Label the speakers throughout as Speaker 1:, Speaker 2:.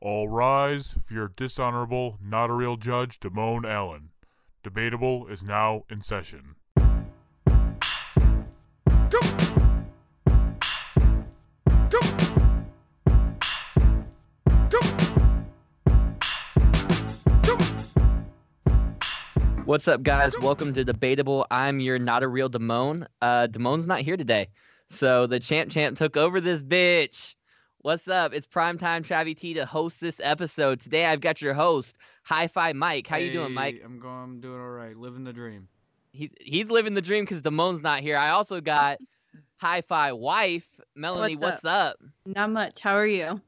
Speaker 1: All rise for your dishonorable, not a real judge, Damone Allen. Debatable is now in session.
Speaker 2: What's up, guys? Welcome to Debatable. I'm your not a real Damone. Uh, Damone's not here today, so the champ champ took over this bitch. What's up? It's prime time, Travi T, to host this episode. Today, I've got your host, Hi-Fi Mike. How you doing, Mike?
Speaker 3: Hey, I'm going. I'm doing all right. Living the dream.
Speaker 2: He's he's living the dream because Damone's not here. I also got Hi-Fi wife, Melanie. What's
Speaker 4: What's
Speaker 2: up?
Speaker 4: Not much. How are you?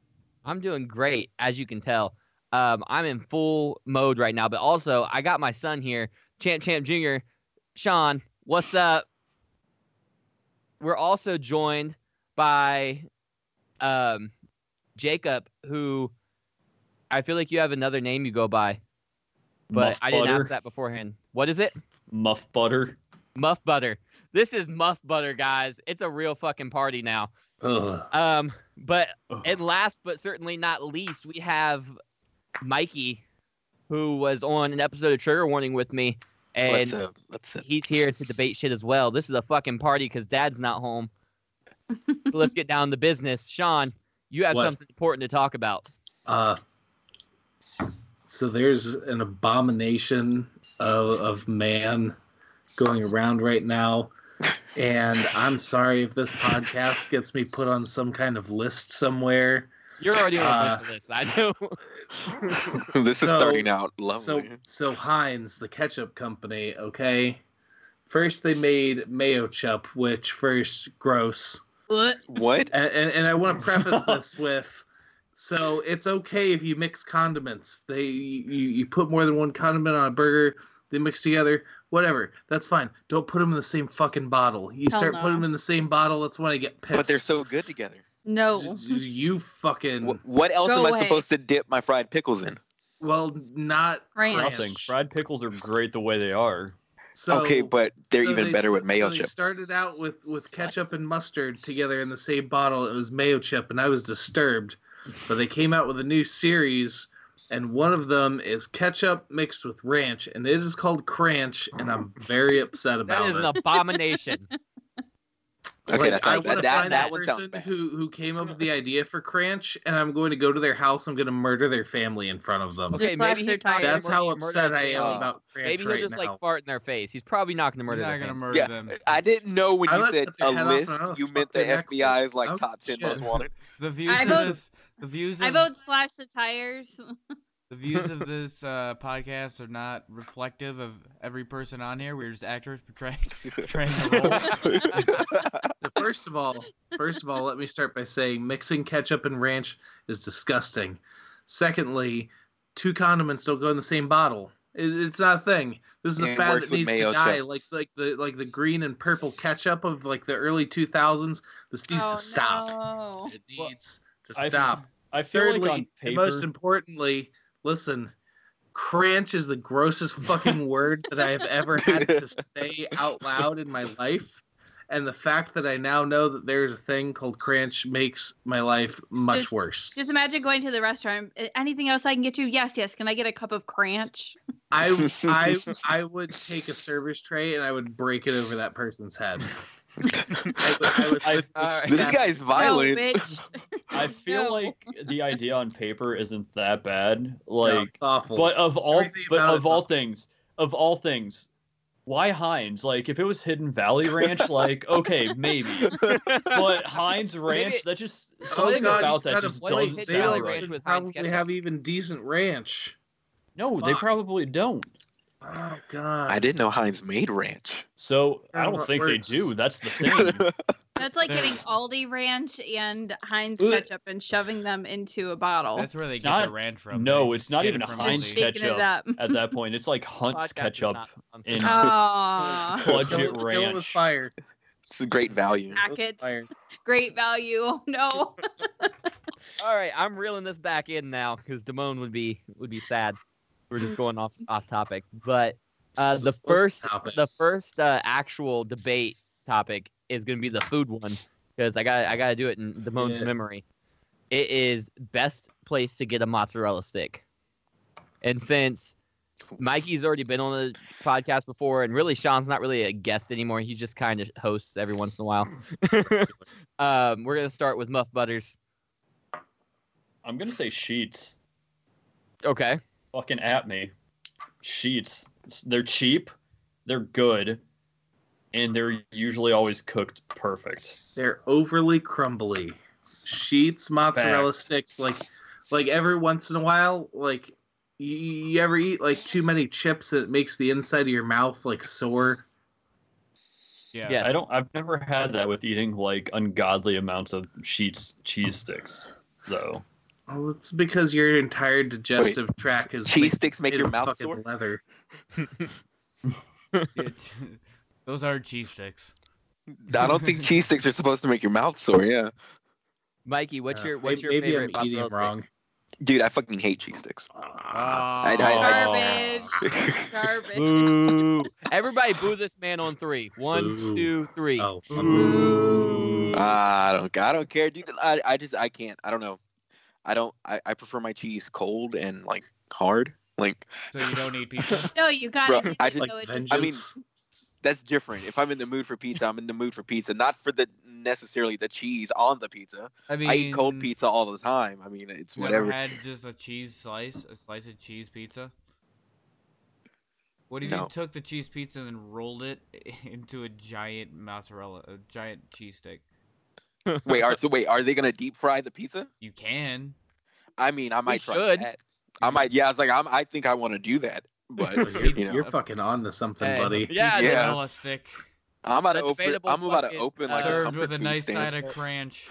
Speaker 2: I'm doing great, as you can tell. Um, I'm in full mode right now, but also I got my son here, Champ Champ Jr. Sean, what's up? We're also joined by um, Jacob, who I feel like you have another name you go by, but
Speaker 5: Muff
Speaker 2: I didn't
Speaker 5: butter.
Speaker 2: ask that beforehand. What is it?
Speaker 5: Muff butter.
Speaker 2: Muff Butter. This is Muff Butter, guys. It's a real fucking party now.
Speaker 5: Ugh.
Speaker 2: Um, but
Speaker 5: Ugh.
Speaker 2: and last but certainly not least, we have Mikey, who was on an episode of Trigger Warning with me,
Speaker 6: Let's
Speaker 2: and
Speaker 6: up? What's up?
Speaker 2: he's here to debate shit as well. This is a fucking party because Dad's not home. so let's get down to business. Sean, you have
Speaker 5: What?
Speaker 2: something important to talk about.
Speaker 6: Uh, so there's an abomination of, of man going around right now. And I'm sorry if this podcast gets me put on some kind of list somewhere.
Speaker 2: You're already on
Speaker 6: Uh,
Speaker 2: a bunch of this. I know.
Speaker 6: This is So- starting
Speaker 7: out
Speaker 6: So, so Heinz, the ketchup company, okay? First, they made mayo chup, which first, gross.
Speaker 4: What?
Speaker 7: What?
Speaker 6: And, and, and I want to preface this with so it's okay if you mix condiments. They you, you put more than one condiment on a burger, they mix together, whatever. That's fine. Don't put them in the same fucking bottle. You
Speaker 4: Hell
Speaker 6: start
Speaker 4: no.
Speaker 6: putting them in the same bottle, that's when I get pissed.
Speaker 7: But they're so good together.
Speaker 4: No.
Speaker 6: Y- y- You fucking
Speaker 7: What, what else
Speaker 4: Go
Speaker 7: am I
Speaker 4: away.
Speaker 7: supposed to dip my fried pickles in?
Speaker 6: well, not
Speaker 4: Ranch.
Speaker 6: ranch.
Speaker 5: Nothing. Fried pickles are great the way they are.
Speaker 6: So,
Speaker 7: okay, but they're
Speaker 6: so
Speaker 7: even
Speaker 6: they-
Speaker 7: better with mayo
Speaker 6: so They
Speaker 7: chip.
Speaker 6: started out with with ketchup and mustard together in the same bottle. It was mayo chip, and I was disturbed. But they came out with a new series, and one of them is ketchup mixed with ranch, and it is called Cranch, and I'm very upset about
Speaker 2: That is
Speaker 6: it.
Speaker 2: an abomination.
Speaker 7: Okay,
Speaker 6: Like,
Speaker 7: that's
Speaker 6: I
Speaker 7: not,
Speaker 6: wanna
Speaker 7: that, that,
Speaker 6: find
Speaker 7: that
Speaker 6: that
Speaker 7: one sounds
Speaker 6: person
Speaker 7: bad.
Speaker 6: who who came up with the idea for Cranch, and I'm going to go to their house. I'm going to murder their family in front of them.
Speaker 2: Okay,
Speaker 4: Just slash
Speaker 2: maybe
Speaker 4: their
Speaker 2: he's not gonna
Speaker 6: That's
Speaker 2: murder-
Speaker 6: how
Speaker 2: murder
Speaker 6: upset I
Speaker 2: his
Speaker 6: am
Speaker 2: family.
Speaker 6: about Cranch
Speaker 2: Maybe he'll
Speaker 6: right
Speaker 2: just
Speaker 6: now.
Speaker 2: like fart in their face. He's probably not gonna
Speaker 3: He's
Speaker 2: murder.
Speaker 3: not
Speaker 2: their
Speaker 3: gonna
Speaker 2: family.
Speaker 3: murder
Speaker 7: Yeah,
Speaker 3: them.
Speaker 7: I didn't know when
Speaker 6: I
Speaker 7: you
Speaker 6: let
Speaker 7: said
Speaker 6: the
Speaker 7: a
Speaker 6: head off,
Speaker 7: list,
Speaker 6: and I was
Speaker 7: you meant the
Speaker 6: fucking neck
Speaker 7: FBI's like
Speaker 6: Oh,
Speaker 7: top ten
Speaker 6: shit.
Speaker 7: most wanted.
Speaker 3: The views
Speaker 4: I
Speaker 3: of
Speaker 4: vote-
Speaker 3: this, the views
Speaker 4: I
Speaker 3: of,
Speaker 4: vote slash the tires.
Speaker 3: the views of this uh, podcast are not reflective of every person on here. We're just actors portraying portraying the
Speaker 6: First of all, first of all, let me start by saying mixing ketchup and ranch is disgusting. Secondly, two condiments don't go in the same bottle. It, it's not a thing. This is
Speaker 7: Yeah,
Speaker 6: a
Speaker 7: it
Speaker 6: fad
Speaker 7: works
Speaker 6: that
Speaker 7: with
Speaker 6: needs to
Speaker 7: mayo
Speaker 6: die.
Speaker 7: chip.
Speaker 6: Like like the like the green and purple ketchup of like the early two thousands. This needs to stop.
Speaker 4: Oh, no.
Speaker 6: It
Speaker 5: Well,
Speaker 6: needs to
Speaker 5: I-
Speaker 6: stop.
Speaker 5: I feel
Speaker 6: Thirdly,
Speaker 5: like on
Speaker 6: and
Speaker 5: paper,
Speaker 6: most importantly, listen. Cranch is the grossest fucking word that I have ever had to say out loud in my life. And the fact that I now know that there's a thing called cranch makes my life much
Speaker 4: Just-
Speaker 6: worse.
Speaker 4: Just imagine going to the restaurant. "Uh, Anything else I can get you? Yes, yes. Can I get a cup of cranch?
Speaker 6: I, I, I would take a service tray and I would break it over that person's head. I would, I would
Speaker 5: I-
Speaker 6: literally
Speaker 2: all right.
Speaker 6: stab
Speaker 7: this guy's violent.
Speaker 4: No, bitch.
Speaker 2: Oh,
Speaker 5: I feel
Speaker 4: No.
Speaker 5: like the idea on paper isn't that bad.
Speaker 6: it. No,
Speaker 5: Like,
Speaker 6: it's awful.
Speaker 5: but of all,
Speaker 6: Everything
Speaker 5: but
Speaker 6: about
Speaker 5: of
Speaker 6: it-
Speaker 5: all things, of all things, why Heinz? Like, if it was Hidden Valley Ranch, like, okay, maybe. But Heinz Ranch,
Speaker 2: it-
Speaker 5: that just
Speaker 6: Oh,
Speaker 5: something
Speaker 6: God,
Speaker 5: about
Speaker 6: you
Speaker 5: that
Speaker 6: gotta
Speaker 5: just
Speaker 6: blame
Speaker 2: place Hidden
Speaker 5: doesn't
Speaker 6: They
Speaker 2: Valley
Speaker 5: sound
Speaker 6: don't
Speaker 2: Ranch
Speaker 5: right.
Speaker 6: even
Speaker 2: with Heinz
Speaker 6: probably
Speaker 2: ketchup.
Speaker 6: have even decent ranch.
Speaker 5: No, they
Speaker 6: Fuck.
Speaker 5: probably don't.
Speaker 6: Oh god.
Speaker 7: I didn't know Heinz made ranch.
Speaker 5: So I
Speaker 6: Yeah,
Speaker 5: don't
Speaker 6: what
Speaker 5: think
Speaker 6: works?
Speaker 5: they do. That's the thing.
Speaker 4: That's like getting Aldi ranch and Heinz
Speaker 5: Ugh.
Speaker 4: ketchup and shoving them into a bottle.
Speaker 3: That's where they get
Speaker 5: Not-
Speaker 3: the ranch from.
Speaker 5: no,
Speaker 3: They
Speaker 5: it's
Speaker 3: just
Speaker 5: not
Speaker 3: get
Speaker 5: even
Speaker 3: it from
Speaker 5: Heinz
Speaker 4: just
Speaker 3: Aldi.
Speaker 5: ketchup.
Speaker 4: shaking it up.
Speaker 5: At that point, it's like Hunt's
Speaker 2: Podcast is
Speaker 5: ketchup.
Speaker 2: not sponsored.
Speaker 5: in-
Speaker 4: Aw,
Speaker 5: Fudge it
Speaker 6: Kill- kill it with
Speaker 5: ranch.
Speaker 6: fire.
Speaker 7: It's a great value.
Speaker 6: Kill it with
Speaker 4: packets,
Speaker 6: fire.
Speaker 4: great value. Oh, No,
Speaker 2: All right, I'm reeling this back in now because Damone would be would be sad. We're just going off off topic, but uh, the
Speaker 6: Let's
Speaker 2: first
Speaker 6: stop it.
Speaker 2: the first uh, actual debate topic is going to be the food one because I got I got to do it in Damone's
Speaker 6: Yeah.
Speaker 2: memory. It is best place to get a mozzarella stick. And since Mikey's already been on the podcast before, and really Sean's not really a guest anymore. He just kind of hosts every once in a while. um, we're gonna start with Muff Butters.
Speaker 5: I'm gonna say sheets.
Speaker 2: Okay.
Speaker 5: Fucking at me. Sheets. They're cheap. They're good. And they're usually always cooked perfect.
Speaker 6: They're overly crumbly. Sheets, mozzarella
Speaker 5: Facts.
Speaker 6: sticks, like, like every once in a while, like you, you ever eat like too many chips and it makes the inside of your mouth like sore.
Speaker 3: Yeah.
Speaker 2: Yes.
Speaker 5: I don't. I've never had that with eating like ungodly amounts of sheets cheese sticks, though.
Speaker 6: Well, it's because your entire digestive tract is
Speaker 7: Cheese
Speaker 6: made-
Speaker 7: sticks make
Speaker 6: made
Speaker 7: your
Speaker 6: of
Speaker 7: mouth
Speaker 6: fucking
Speaker 7: sore.
Speaker 6: leather.
Speaker 3: Yeah, t- those are cheese sticks.
Speaker 7: I don't think cheese sticks are supposed to make your mouth sore. Yeah,
Speaker 2: Mikey, what's
Speaker 6: Yeah.
Speaker 2: your what's your
Speaker 6: Uh, maybe
Speaker 2: favorite
Speaker 6: I'm eating
Speaker 2: mozzarella
Speaker 6: them wrong.
Speaker 7: dude, I fucking hate cheese sticks. I-
Speaker 5: I-
Speaker 4: Garbage.
Speaker 6: Oh.
Speaker 2: stick?
Speaker 4: Garbage.
Speaker 2: Boo! Everybody boo this man on three. One,
Speaker 6: Boo.
Speaker 2: two, three.
Speaker 6: Oh,
Speaker 7: Ah. I don't. I don't care, dude. I, I just I can't. I don't know. I don't. I, I prefer my cheese cold and like hard. Like
Speaker 3: So you don't eat pizza.
Speaker 4: No, you got
Speaker 7: Bro,
Speaker 4: it. You
Speaker 7: I
Speaker 4: just
Speaker 7: just-
Speaker 4: know it just-
Speaker 6: vengeance.
Speaker 7: I mean, that's different. If I'm in the mood for pizza, I'm in the mood for pizza, not for the necessarily the cheese on the pizza.
Speaker 3: I mean,
Speaker 7: I eat cold pizza all the time. I mean, it's
Speaker 3: you ever
Speaker 7: whatever.
Speaker 3: had just a cheese slice, a slice of cheese pizza. What if you
Speaker 7: No.
Speaker 3: took the cheese pizza and then rolled it into a giant mozzarella, a giant cheese stick?
Speaker 7: wait, are so wait, are they gonna deep fry the pizza?
Speaker 3: You can.
Speaker 7: I mean, I might try
Speaker 2: should.
Speaker 7: that. I might. Yeah, I was like, I'm, I think I want to do that, but
Speaker 6: You're,
Speaker 7: you know.
Speaker 6: you're fucking on to something,
Speaker 2: Hey.
Speaker 6: buddy.
Speaker 2: Yeah,
Speaker 7: Yeah.
Speaker 3: Mozzarella stick
Speaker 7: I'm about to
Speaker 2: A
Speaker 7: open.
Speaker 2: debatable
Speaker 7: I'm about to
Speaker 2: fucking,
Speaker 7: open
Speaker 2: uh,
Speaker 7: like a
Speaker 3: served
Speaker 7: comfort
Speaker 3: with a
Speaker 7: food
Speaker 3: nice
Speaker 7: stand.
Speaker 3: side of crunch.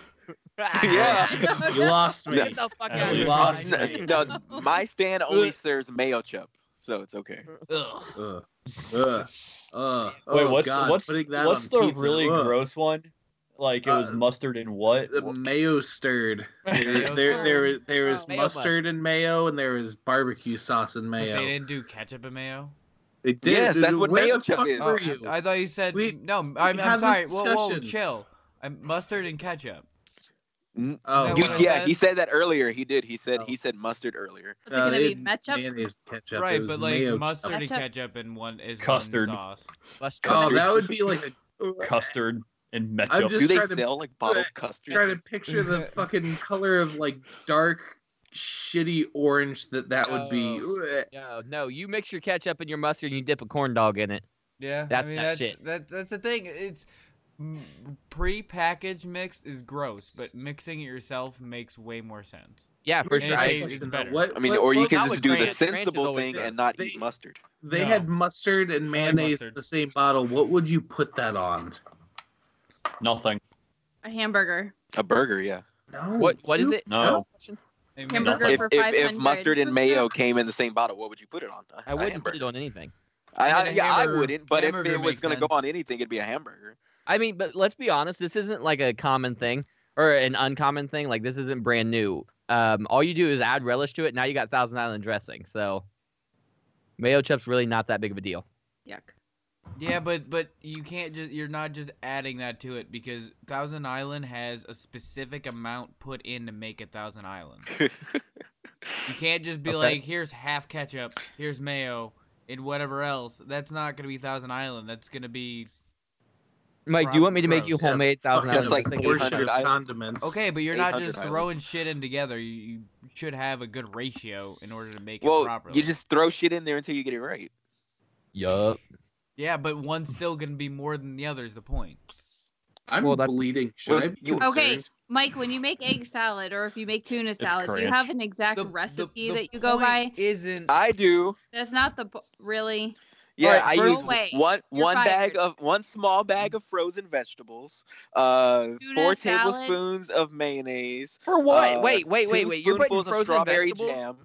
Speaker 7: yeah.
Speaker 6: You lost me.
Speaker 2: Get the fuck
Speaker 3: I
Speaker 2: out of here,
Speaker 6: lost
Speaker 2: Mike.
Speaker 6: me.
Speaker 7: No, no, my stand only serves mayo chup, so it's okay.
Speaker 3: Ugh.
Speaker 6: Ugh. Ugh. Ugh.
Speaker 5: Wait,
Speaker 6: Uh, Oh,
Speaker 5: what's
Speaker 6: God,
Speaker 5: what's
Speaker 6: putting that
Speaker 5: what's
Speaker 6: on
Speaker 5: the
Speaker 6: pizza.
Speaker 5: really
Speaker 6: Ugh.
Speaker 5: gross one? Like it was
Speaker 6: Uh,
Speaker 5: mustard and what?
Speaker 6: The mayo stirred. There,
Speaker 3: Mayo
Speaker 6: there,
Speaker 3: stirred. Uh,
Speaker 6: there, was- there was
Speaker 2: Oh. Mayo
Speaker 6: mustard and mayo, and there was barbecue sauce and
Speaker 3: But
Speaker 6: mayo.
Speaker 3: They didn't do ketchup and mayo.
Speaker 6: They did-
Speaker 7: Yes, that's what
Speaker 6: where
Speaker 7: mayo
Speaker 6: the
Speaker 7: chip
Speaker 6: fuck
Speaker 7: is.
Speaker 6: were
Speaker 7: Oh,
Speaker 6: you?
Speaker 3: I thought you said
Speaker 6: We-
Speaker 3: no. I'm,
Speaker 6: had
Speaker 3: I'm
Speaker 6: this
Speaker 3: sorry. Whoa, whoa,
Speaker 6: discussion.
Speaker 3: chill. I'm mustard and ketchup.
Speaker 6: Oh,
Speaker 3: That
Speaker 7: You-
Speaker 3: was-
Speaker 7: yeah, he said that earlier. He did. He said
Speaker 6: Oh.
Speaker 7: he said mustard earlier.
Speaker 4: What's it gonna
Speaker 6: they
Speaker 4: be?
Speaker 6: didn't
Speaker 4: Ketchup?
Speaker 6: mayonnaise ketchup. it
Speaker 3: right,
Speaker 6: was
Speaker 3: but like
Speaker 6: mayo
Speaker 3: mustard
Speaker 6: Chip.
Speaker 3: and
Speaker 4: Ketchup.
Speaker 3: ketchup and one is
Speaker 5: Custard.
Speaker 3: one sauce.
Speaker 2: Let's
Speaker 6: Oh,
Speaker 2: go.
Speaker 6: that would be like a.
Speaker 5: custard and
Speaker 6: I'm
Speaker 5: ketchup.
Speaker 6: just
Speaker 7: Do they
Speaker 6: trying to-
Speaker 7: sell like bottled custard?
Speaker 6: Trying to picture the fucking color of like dark, shitty orange that that would
Speaker 3: Oh.
Speaker 6: be. eh.
Speaker 2: No, no, you mix your ketchup and your mustard and you dip a corn dog in it.
Speaker 3: Yeah,
Speaker 2: That's
Speaker 3: I mean,
Speaker 2: that
Speaker 3: that's,
Speaker 2: shit.
Speaker 3: That, that's the thing. It's m- pre-packaged mixed is gross, but mixing it yourself makes way more sense.
Speaker 2: Yeah, for
Speaker 3: And
Speaker 2: sure.
Speaker 3: it
Speaker 2: I
Speaker 3: tastes-
Speaker 2: agree.
Speaker 3: it's better.
Speaker 7: I mean, or you
Speaker 6: what-
Speaker 7: can
Speaker 2: Not
Speaker 7: just
Speaker 2: with
Speaker 7: do the
Speaker 2: ranch. Ranch is
Speaker 7: sensible
Speaker 2: always
Speaker 7: thing
Speaker 2: good.
Speaker 7: and not eat
Speaker 6: They-
Speaker 7: mustard.
Speaker 6: They
Speaker 3: No.
Speaker 6: had mustard and
Speaker 3: I like
Speaker 6: mayonnaise in
Speaker 3: mustard.
Speaker 6: the same bottle. What would you put that on?
Speaker 5: Nothing.
Speaker 4: A hamburger.
Speaker 7: A burger, yeah.
Speaker 6: No.
Speaker 2: What what is
Speaker 6: you-
Speaker 2: it?
Speaker 5: No.
Speaker 3: It
Speaker 4: Hamburger
Speaker 3: makes-
Speaker 5: Nothing.
Speaker 7: If,
Speaker 4: for
Speaker 7: if,
Speaker 4: 500.
Speaker 7: if mustard and mayo came in the same bottle, what would you put it on? A-
Speaker 2: I
Speaker 7: a
Speaker 2: wouldn't put
Speaker 7: hamburger.
Speaker 2: it on anything.
Speaker 7: I,
Speaker 3: I
Speaker 7: I,
Speaker 3: mean, a
Speaker 7: yeah, I
Speaker 3: hamburger-
Speaker 7: wouldn't. But if
Speaker 3: hamburger
Speaker 7: it was
Speaker 3: makes
Speaker 7: gonna go
Speaker 3: sense.
Speaker 7: on anything, it'd be a hamburger.
Speaker 2: I mean, but let's be honest, this isn't like a common thing or an uncommon thing. Like this isn't brand new. Um, all you do is add relish to it. Now you got Thousand Island dressing. So mayo chup's really not that big of a deal.
Speaker 4: Yuck.
Speaker 3: Yeah, but but you can't just you're not just adding that to it because Thousand Island has a specific amount put in to make a Thousand Island. you can't just be
Speaker 2: Okay.
Speaker 3: like, here's half ketchup, here's mayo, and whatever else. That's not gonna be Thousand Island. That's gonna be
Speaker 2: Mike, do you want me to make you
Speaker 3: Gross.
Speaker 6: Yeah,
Speaker 2: homemade Thousand
Speaker 6: fucking
Speaker 2: Island
Speaker 7: That's like
Speaker 2: dressing?
Speaker 7: bullshit.
Speaker 6: abortion of
Speaker 7: I-
Speaker 6: condiments.
Speaker 3: okay, but you're not just
Speaker 7: 800 Island.
Speaker 3: throwing shit in together. You, you should have a good ratio in order to make it
Speaker 7: Well,
Speaker 3: properly.
Speaker 7: you just throw shit in there until you get it right.
Speaker 2: Yup.
Speaker 3: yeah, but one's still gonna be more than the other. Is the point?
Speaker 6: I'm
Speaker 2: Well, that's-
Speaker 6: bleeding.
Speaker 7: Well,
Speaker 6: Should I be
Speaker 7: you-
Speaker 4: Okay,
Speaker 6: concerned?
Speaker 4: Mike, when you make egg salad or if you make tuna salad, do you
Speaker 5: cringe.
Speaker 4: have an exact
Speaker 3: The- the-
Speaker 4: recipe
Speaker 3: the
Speaker 4: that you go
Speaker 3: point
Speaker 4: by?
Speaker 3: isn't
Speaker 7: I do.
Speaker 4: That's not the bo- really.
Speaker 7: Yeah,
Speaker 3: Alright,
Speaker 7: I
Speaker 3: first-
Speaker 7: use
Speaker 4: No way.
Speaker 7: one
Speaker 4: You're
Speaker 7: one
Speaker 4: fired.
Speaker 7: bag of one small bag of frozen vegetables, uh,
Speaker 4: Tuna
Speaker 7: four
Speaker 4: salad.
Speaker 7: tablespoons of mayonnaise.
Speaker 2: For what?
Speaker 7: uh,
Speaker 2: wait, wait, wait,
Speaker 7: two
Speaker 2: wait. You're putting
Speaker 7: spoonfuls of
Speaker 2: frozen
Speaker 7: strawberry
Speaker 2: vegetables?
Speaker 7: jam.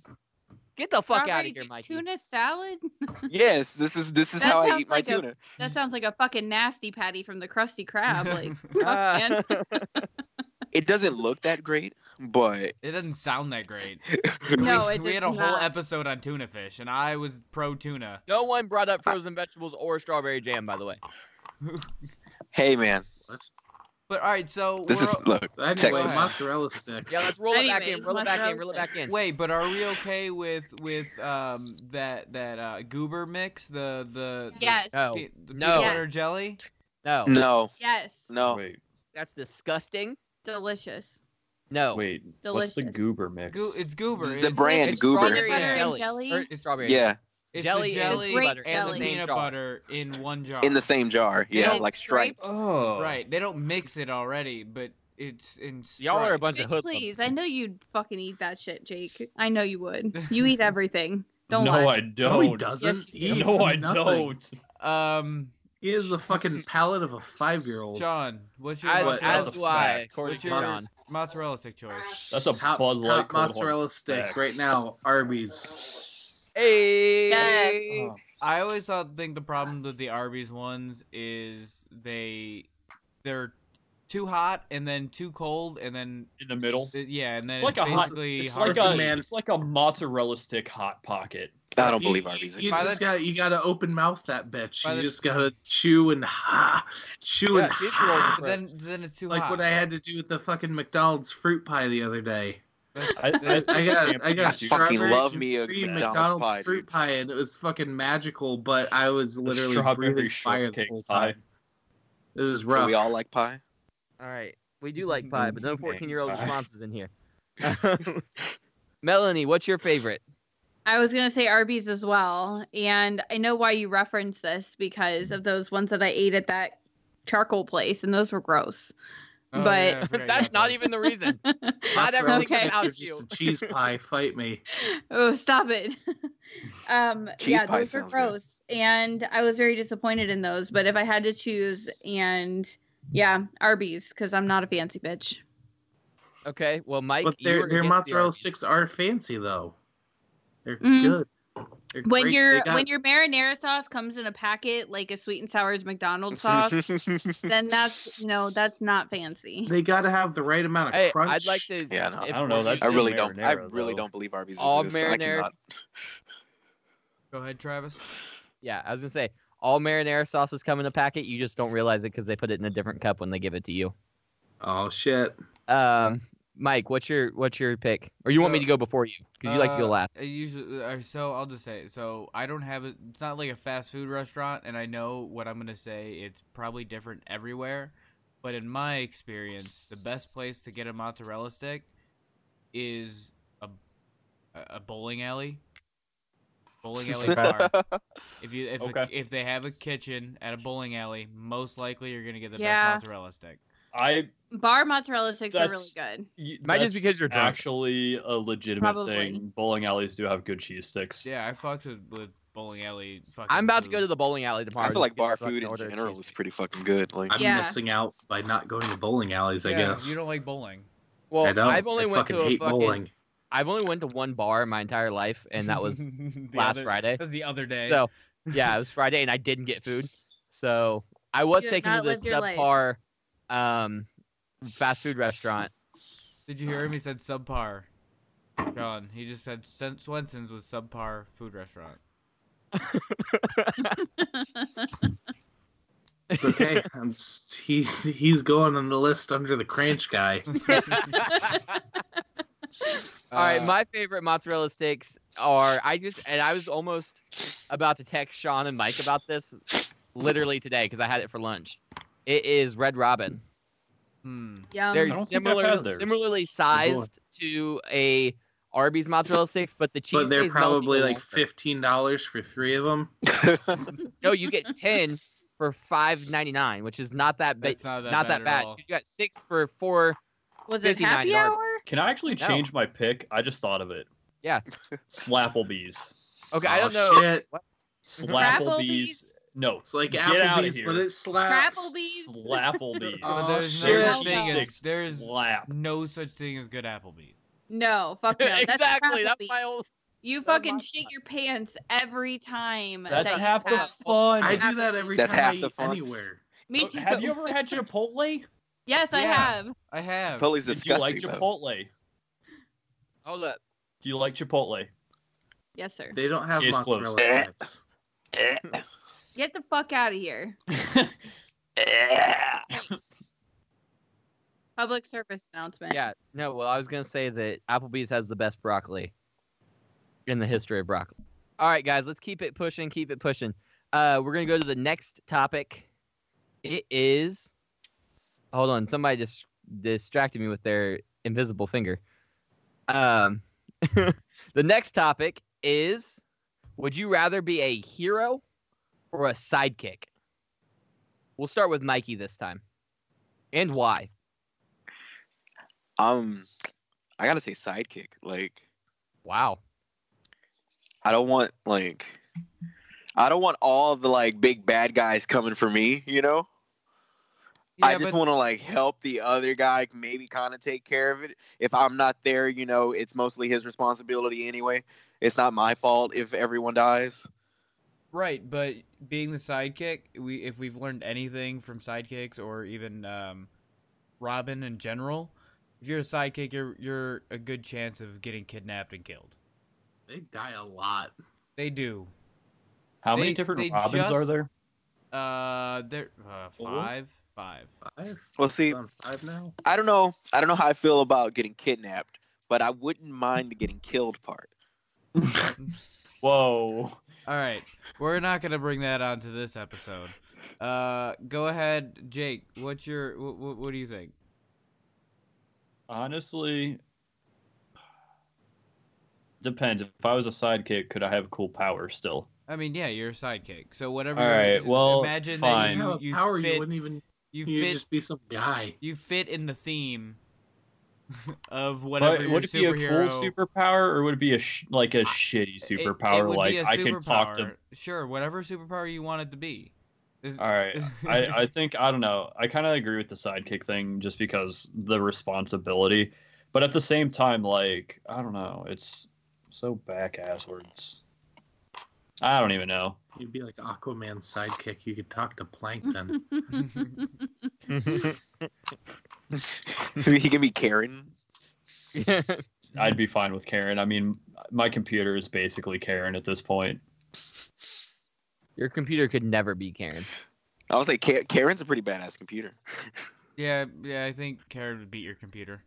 Speaker 2: Get the fuck out
Speaker 4: Strawberry
Speaker 2: of here,
Speaker 4: ju-
Speaker 2: Mikey.
Speaker 4: Tuna salad?
Speaker 7: Yes, this is this is
Speaker 4: That
Speaker 7: how I
Speaker 4: sounds
Speaker 7: eat my
Speaker 4: like a-
Speaker 7: tuna.
Speaker 4: That sounds like a fucking nasty patty from the Krusty Krab. Like, fuck,
Speaker 2: Ah.
Speaker 4: man.
Speaker 7: It doesn't look that great, but
Speaker 3: It doesn't sound that great.
Speaker 4: No,
Speaker 3: we,
Speaker 4: it
Speaker 3: we had a
Speaker 4: does
Speaker 3: whole
Speaker 4: not.
Speaker 3: episode on tuna fish, and I was pro tuna.
Speaker 2: No one brought up frozen vegetables or strawberry jam, by the way.
Speaker 7: hey, man,
Speaker 6: What?
Speaker 3: But all right, so
Speaker 7: This
Speaker 3: we're
Speaker 7: is look.
Speaker 6: I do
Speaker 7: Texas.
Speaker 6: like mozzarella sticks.
Speaker 2: Yeah, let's roll it back in.
Speaker 4: Anyways,
Speaker 2: Roll it back in.
Speaker 4: mozzarella
Speaker 2: Roll it
Speaker 4: sticks.
Speaker 2: back in.
Speaker 3: Wait, but are we okay with with um that that uh goober mix the the the
Speaker 4: Yes.
Speaker 2: No.
Speaker 3: pe- the
Speaker 2: No.
Speaker 3: peanut
Speaker 4: Yeah.
Speaker 3: butter jelly?
Speaker 2: No,
Speaker 7: No,
Speaker 4: Yes.
Speaker 7: no.
Speaker 5: Wait,
Speaker 2: that's disgusting.
Speaker 4: Delicious.
Speaker 2: No,
Speaker 5: wait. What's the
Speaker 4: Delicious.
Speaker 5: goober mix?
Speaker 3: Goo- it's goober.
Speaker 7: The
Speaker 3: it's-
Speaker 7: brand,
Speaker 3: it's
Speaker 7: goober.
Speaker 3: strawberry
Speaker 4: Peanut butter
Speaker 3: and-
Speaker 4: and jelly?
Speaker 2: Or strawberry.
Speaker 7: Yeah,
Speaker 3: It's
Speaker 2: Jelly
Speaker 3: jelly,
Speaker 2: and
Speaker 3: the jelly and, the
Speaker 4: peanut butter in the same
Speaker 3: peanut
Speaker 2: jar.
Speaker 3: butter in one jar.
Speaker 7: in the same jar. Yeah,
Speaker 4: It's
Speaker 7: like stripe.
Speaker 5: Oh,
Speaker 3: right. They don't mix it already, but it's in.
Speaker 2: Y'all are a
Speaker 3: stripes.
Speaker 2: bunch of hoodlums.
Speaker 4: please. I know you'd fucking eat that shit, Jake. I know you would. You eat everything. Don't
Speaker 5: no,
Speaker 4: lie.
Speaker 5: I
Speaker 6: No,
Speaker 5: don't.
Speaker 6: he doesn't.
Speaker 4: Yes,
Speaker 6: he eats
Speaker 5: no, I
Speaker 6: nothing.
Speaker 5: don't.
Speaker 3: Um,
Speaker 6: He has the fucking palate of a five-year-old.
Speaker 3: John, what's your
Speaker 2: As,
Speaker 6: What?
Speaker 2: as
Speaker 5: That's
Speaker 3: mozzarella,
Speaker 5: a
Speaker 2: do I,
Speaker 5: fact.
Speaker 2: according
Speaker 3: What's
Speaker 2: to
Speaker 3: your-
Speaker 2: John.
Speaker 3: mozzarella stick choice?
Speaker 5: That's a
Speaker 6: Top,
Speaker 5: Bud Light
Speaker 6: top
Speaker 5: cold hard
Speaker 6: mozzarella stick
Speaker 5: facts.
Speaker 6: right now. Arby's.
Speaker 2: Hey.
Speaker 4: Yes.
Speaker 3: I always thought think the problem with the Arby's ones is they they're too hot and then too cold and then
Speaker 5: in the middle.
Speaker 3: yeah and then
Speaker 5: It's like a hot.
Speaker 3: basically
Speaker 5: It's
Speaker 3: hard
Speaker 5: like
Speaker 6: hard
Speaker 5: a.
Speaker 6: to man-
Speaker 5: It's like a mozzarella stick hot pocket.
Speaker 7: I don't
Speaker 6: You-
Speaker 7: believe
Speaker 6: you-
Speaker 7: Arby's.
Speaker 6: You,
Speaker 7: exists.
Speaker 3: By the-
Speaker 6: just got you got to open mouth that bitch.
Speaker 3: By
Speaker 6: You
Speaker 3: the-
Speaker 6: just got to chew and ha, chew
Speaker 2: Yeah,
Speaker 6: and
Speaker 2: cheese
Speaker 6: ha.
Speaker 3: but then then it's too
Speaker 6: Like
Speaker 3: hot.
Speaker 6: what I had to do with the fucking McDonald's fruit pie the other day.
Speaker 3: That's-
Speaker 5: I- I-
Speaker 3: that's-
Speaker 6: I got I got
Speaker 7: I fucking
Speaker 6: strawberries
Speaker 7: love
Speaker 6: and
Speaker 7: me a
Speaker 6: cream
Speaker 7: McDonald's pie,
Speaker 6: fruit
Speaker 7: dude.
Speaker 6: pie, and it was fucking magical. But I was literally
Speaker 5: strawberry
Speaker 6: breathing fire the
Speaker 5: shortcake
Speaker 6: whole
Speaker 5: pie.
Speaker 6: time. It was
Speaker 7: So
Speaker 6: rough.
Speaker 7: we all like pie.
Speaker 2: All right. We do like pie, but no 14 year old
Speaker 5: Pie.
Speaker 2: response is in here. Melanie, what's your favorite?
Speaker 4: I was gonna say Arby's as well, and I know why you referenced this because of those ones that I ate at that charcoal place, and those were gross.
Speaker 3: oh,
Speaker 4: but-
Speaker 3: yeah, I forgot you
Speaker 2: That's
Speaker 3: got
Speaker 2: not
Speaker 3: those.
Speaker 2: even the reason.
Speaker 6: Hot
Speaker 2: Not everything
Speaker 6: roast
Speaker 4: Okay.
Speaker 6: sticks
Speaker 2: about
Speaker 6: are
Speaker 2: you.
Speaker 6: just a cheese pie. Fight me.
Speaker 4: oh, stop it. um,
Speaker 7: Cheese
Speaker 4: yeah,
Speaker 7: pie
Speaker 4: those are
Speaker 7: sounds good.
Speaker 4: gross, and I was very disappointed in those. But if I had to choose, and yeah, Arby's because I'm not a fancy bitch.
Speaker 2: Okay. Well, Mike,
Speaker 6: But
Speaker 2: you were
Speaker 6: their their
Speaker 2: against the
Speaker 6: mozzarella
Speaker 2: Arby's.
Speaker 6: sticks are fancy though. They're
Speaker 4: Mhm.
Speaker 6: good. They're
Speaker 4: When
Speaker 6: great.
Speaker 4: your
Speaker 6: They got-
Speaker 4: when your marinara sauce comes in a packet like a sweet and sour's McDonald's sauce, then that's you know that's not fancy.
Speaker 6: they got to have the right amount of
Speaker 2: Hey,
Speaker 6: crunch.
Speaker 2: I'd like to.
Speaker 7: Yeah,
Speaker 2: if
Speaker 7: no,
Speaker 5: I don't know,
Speaker 2: we're
Speaker 5: that's-
Speaker 7: I
Speaker 2: using-
Speaker 7: really don't. I
Speaker 5: Marinara,
Speaker 7: really
Speaker 5: though.
Speaker 7: don't believe Arby's
Speaker 2: All
Speaker 7: exists. I
Speaker 2: marinara-
Speaker 7: cannot.
Speaker 3: Go ahead, Travis.
Speaker 2: Yeah, I was gonna say all marinara sauces come in a packet. You just don't realize it because they put it in a different cup when they give it to you.
Speaker 6: Oh shit!
Speaker 2: Um, Mike, what's your what's your pick? Or you want me
Speaker 3: So,
Speaker 2: to go before you because you like to go
Speaker 3: Uh,
Speaker 2: last.
Speaker 3: I usually, uh, so I'll just say. it. So I don't have it. It's not like a fast food restaurant, and I know what I'm gonna say. It's probably different everywhere, but in my experience, the best place to get a mozzarella stick is a a bowling alley. Bowling alley bar. If you if
Speaker 5: Okay.
Speaker 3: a, if they have a kitchen at a bowling alley, most likely you're gonna get the
Speaker 4: Yeah.
Speaker 3: best mozzarella stick.
Speaker 5: I
Speaker 4: Bar mozzarella sticks are really
Speaker 5: That's-
Speaker 4: good.
Speaker 5: y-
Speaker 2: Might just
Speaker 5: that's
Speaker 2: because you're drunk.
Speaker 5: actually a legitimate
Speaker 4: Probably.
Speaker 5: thing. Bowling alleys do have good cheese sticks.
Speaker 3: Yeah, I fucked with, with bowling alley. Fucking
Speaker 2: I'm about to
Speaker 3: food.
Speaker 2: go to the bowling alley tomorrow.
Speaker 7: I feel
Speaker 2: just
Speaker 7: like
Speaker 2: get
Speaker 7: bar
Speaker 2: fucking
Speaker 7: food in
Speaker 2: order a
Speaker 7: general
Speaker 2: cheese
Speaker 7: is
Speaker 2: steak.
Speaker 7: pretty fucking good. Like,
Speaker 6: I'm
Speaker 4: Yeah.
Speaker 6: missing out by not going to bowling alleys. I
Speaker 3: yeah,
Speaker 6: guess.
Speaker 3: you don't like bowling.
Speaker 2: Well,
Speaker 6: I don't.
Speaker 2: have only
Speaker 6: I
Speaker 2: went
Speaker 6: fucking
Speaker 2: to a
Speaker 6: hate
Speaker 2: fucking.
Speaker 6: bowling.
Speaker 2: I've only went to one bar in my entire life, and that was
Speaker 3: The
Speaker 2: last
Speaker 3: other-
Speaker 2: Friday.
Speaker 3: That was the other day.
Speaker 2: So, yeah, it was Friday, and I didn't get food. So I was
Speaker 4: You have
Speaker 2: taken to
Speaker 4: not
Speaker 2: this
Speaker 4: lived your life.
Speaker 2: subpar um, fast food restaurant.
Speaker 3: Did you hear him? He said subpar. John, he just said Sen- Swenson's was subpar food restaurant.
Speaker 6: It's okay. I'm just, he's he's going on the list under the cranch guy.
Speaker 2: All right,
Speaker 3: Uh,
Speaker 2: my favorite mozzarella sticks are I just and I was almost about to text Sean and Mike about this literally today because I had it for lunch. It is Red Robin.
Speaker 3: hmm.
Speaker 4: Yum.
Speaker 2: They're
Speaker 5: I don't think I've had
Speaker 2: similar,
Speaker 5: theirs.
Speaker 2: similarly sized to a Arby's mozzarella sticks, but the cheese.
Speaker 6: but they're
Speaker 2: stays melty
Speaker 6: probably
Speaker 2: the
Speaker 6: like
Speaker 2: longer.
Speaker 6: fifteen dollars for three of them.
Speaker 2: No, you get ten for five ninety nine, which is not that bad.
Speaker 3: That's not that
Speaker 2: Not
Speaker 3: bad
Speaker 2: that
Speaker 3: at
Speaker 2: bad.
Speaker 3: all.
Speaker 2: You got six for four.
Speaker 4: Was it
Speaker 2: 59
Speaker 4: happy
Speaker 2: yard.
Speaker 4: hour?
Speaker 5: Can I actually
Speaker 2: No.
Speaker 5: change my pick? I just thought of it.
Speaker 2: Yeah.
Speaker 5: Slapplebees.
Speaker 2: Okay, I
Speaker 6: Oh,
Speaker 2: don't know.
Speaker 6: Shit.
Speaker 5: Slapplebees. No.
Speaker 6: It's like
Speaker 5: Get outta
Speaker 6: Applebee's,
Speaker 5: here.
Speaker 6: but it
Speaker 2: uh,
Speaker 6: slaps.
Speaker 4: Applebee's.
Speaker 3: But
Speaker 5: Slapplebees.
Speaker 6: Oh,
Speaker 3: there's
Speaker 6: shit.
Speaker 3: no such thing
Speaker 4: Hell
Speaker 3: as
Speaker 5: Sticks
Speaker 3: there's
Speaker 5: slap.
Speaker 3: no such thing as good Applebee's.
Speaker 4: No, fuck no. That's
Speaker 2: exactly. That's
Speaker 4: crappy.
Speaker 2: my old.
Speaker 4: You
Speaker 2: that's
Speaker 4: fucking
Speaker 2: my-
Speaker 4: shit your pants every time.
Speaker 5: That's
Speaker 4: that you
Speaker 5: half the
Speaker 4: have-
Speaker 5: fun. Uh,
Speaker 6: I do that every
Speaker 7: That's
Speaker 6: time
Speaker 7: half
Speaker 6: I
Speaker 7: the
Speaker 6: eat
Speaker 7: fun.
Speaker 6: anywhere.
Speaker 4: Me too.
Speaker 5: Have you ever had Chipotle?
Speaker 4: Yes, I
Speaker 3: Yeah.
Speaker 4: have.
Speaker 3: I have.
Speaker 7: Chipotle's
Speaker 5: Do you like
Speaker 7: disgusting. though.
Speaker 5: Chipotle?
Speaker 2: Hold up.
Speaker 5: Do you like Chipotle?
Speaker 4: Yes, sir.
Speaker 6: They don't have
Speaker 5: Case closed.
Speaker 6: mozzarella
Speaker 7: Eh.
Speaker 6: sticks.
Speaker 7: eh.
Speaker 4: Get the fuck out of here. Public service announcement.
Speaker 2: Yeah, no. Well, I was gonna say that Applebee's has the best broccoli in the history of broccoli. All right, guys, let's keep it pushing. Keep it pushing. Uh, we're gonna go to the next topic. It is. Hold on, somebody just distracted me with their invisible finger. Um, the next topic is: Would you rather be a hero or a sidekick? We'll start with Mikey this time, and why?
Speaker 7: Um, I gotta say sidekick. Like,
Speaker 2: Wow.
Speaker 7: I don't want like, I don't want all the like big bad guys coming for me. You know, I just want to like help the other guy, maybe kind of take care of it. If I'm not there, you know, it's mostly his responsibility anyway. It's not my fault if everyone dies.
Speaker 3: Right, but being the sidekick, we if we've learned anything from sidekicks or even um, Robin in general, if you're a sidekick, you're you're a good chance of getting kidnapped and killed.
Speaker 6: They die a lot.
Speaker 3: They do.
Speaker 5: How many
Speaker 3: They-
Speaker 5: different
Speaker 3: they
Speaker 5: Robins
Speaker 3: just-
Speaker 5: are there?
Speaker 3: Uh, there uh,
Speaker 5: Four?
Speaker 3: five, five.
Speaker 6: Five?
Speaker 7: Well, see,
Speaker 6: On five now?
Speaker 7: I don't know. I don't know how I feel about getting kidnapped, but I wouldn't mind the getting killed part.
Speaker 5: Whoa.
Speaker 3: All right, we're not gonna bring that onto this episode. Uh, go ahead, Jake. What's your what? What, what do you think?
Speaker 5: Honestly, depends. If I was a sidekick, could I have cool power still?
Speaker 3: I mean, yeah, you're a sidekick, so whatever.
Speaker 5: All
Speaker 3: your-
Speaker 5: right, well,
Speaker 3: imagine
Speaker 5: fine.
Speaker 3: that
Speaker 6: You
Speaker 3: you, you
Speaker 6: power
Speaker 3: fit,
Speaker 6: you wouldn't even.
Speaker 3: you
Speaker 6: You'd
Speaker 3: fit
Speaker 6: just be some guy.
Speaker 3: you fit in the theme of whatever
Speaker 5: But
Speaker 3: your
Speaker 5: would it be a
Speaker 3: superhero.
Speaker 5: cool superpower, or would it be a sh- like a shitty
Speaker 3: It- it
Speaker 5: superpower?
Speaker 3: would be
Speaker 5: like
Speaker 3: a
Speaker 5: I can talk to.
Speaker 3: superpower. Sure, whatever superpower you want it to be.
Speaker 5: All right, I, I think I don't know. I kind of agree with the sidekick thing, just because the responsibility. But at the same time, like I don't know, it's so back asswards. I don't even know.
Speaker 6: You'd be like Aquaman's sidekick. You could talk to Plankton.
Speaker 7: he can be Karen.
Speaker 2: Hmm.
Speaker 5: I'd be fine with Karen. I mean, my computer is basically Karen at this point.
Speaker 2: Your computer could never be Karen.
Speaker 7: I would say Ka- Karen's a pretty badass computer.
Speaker 3: yeah, yeah, I think Karen would beat your computer.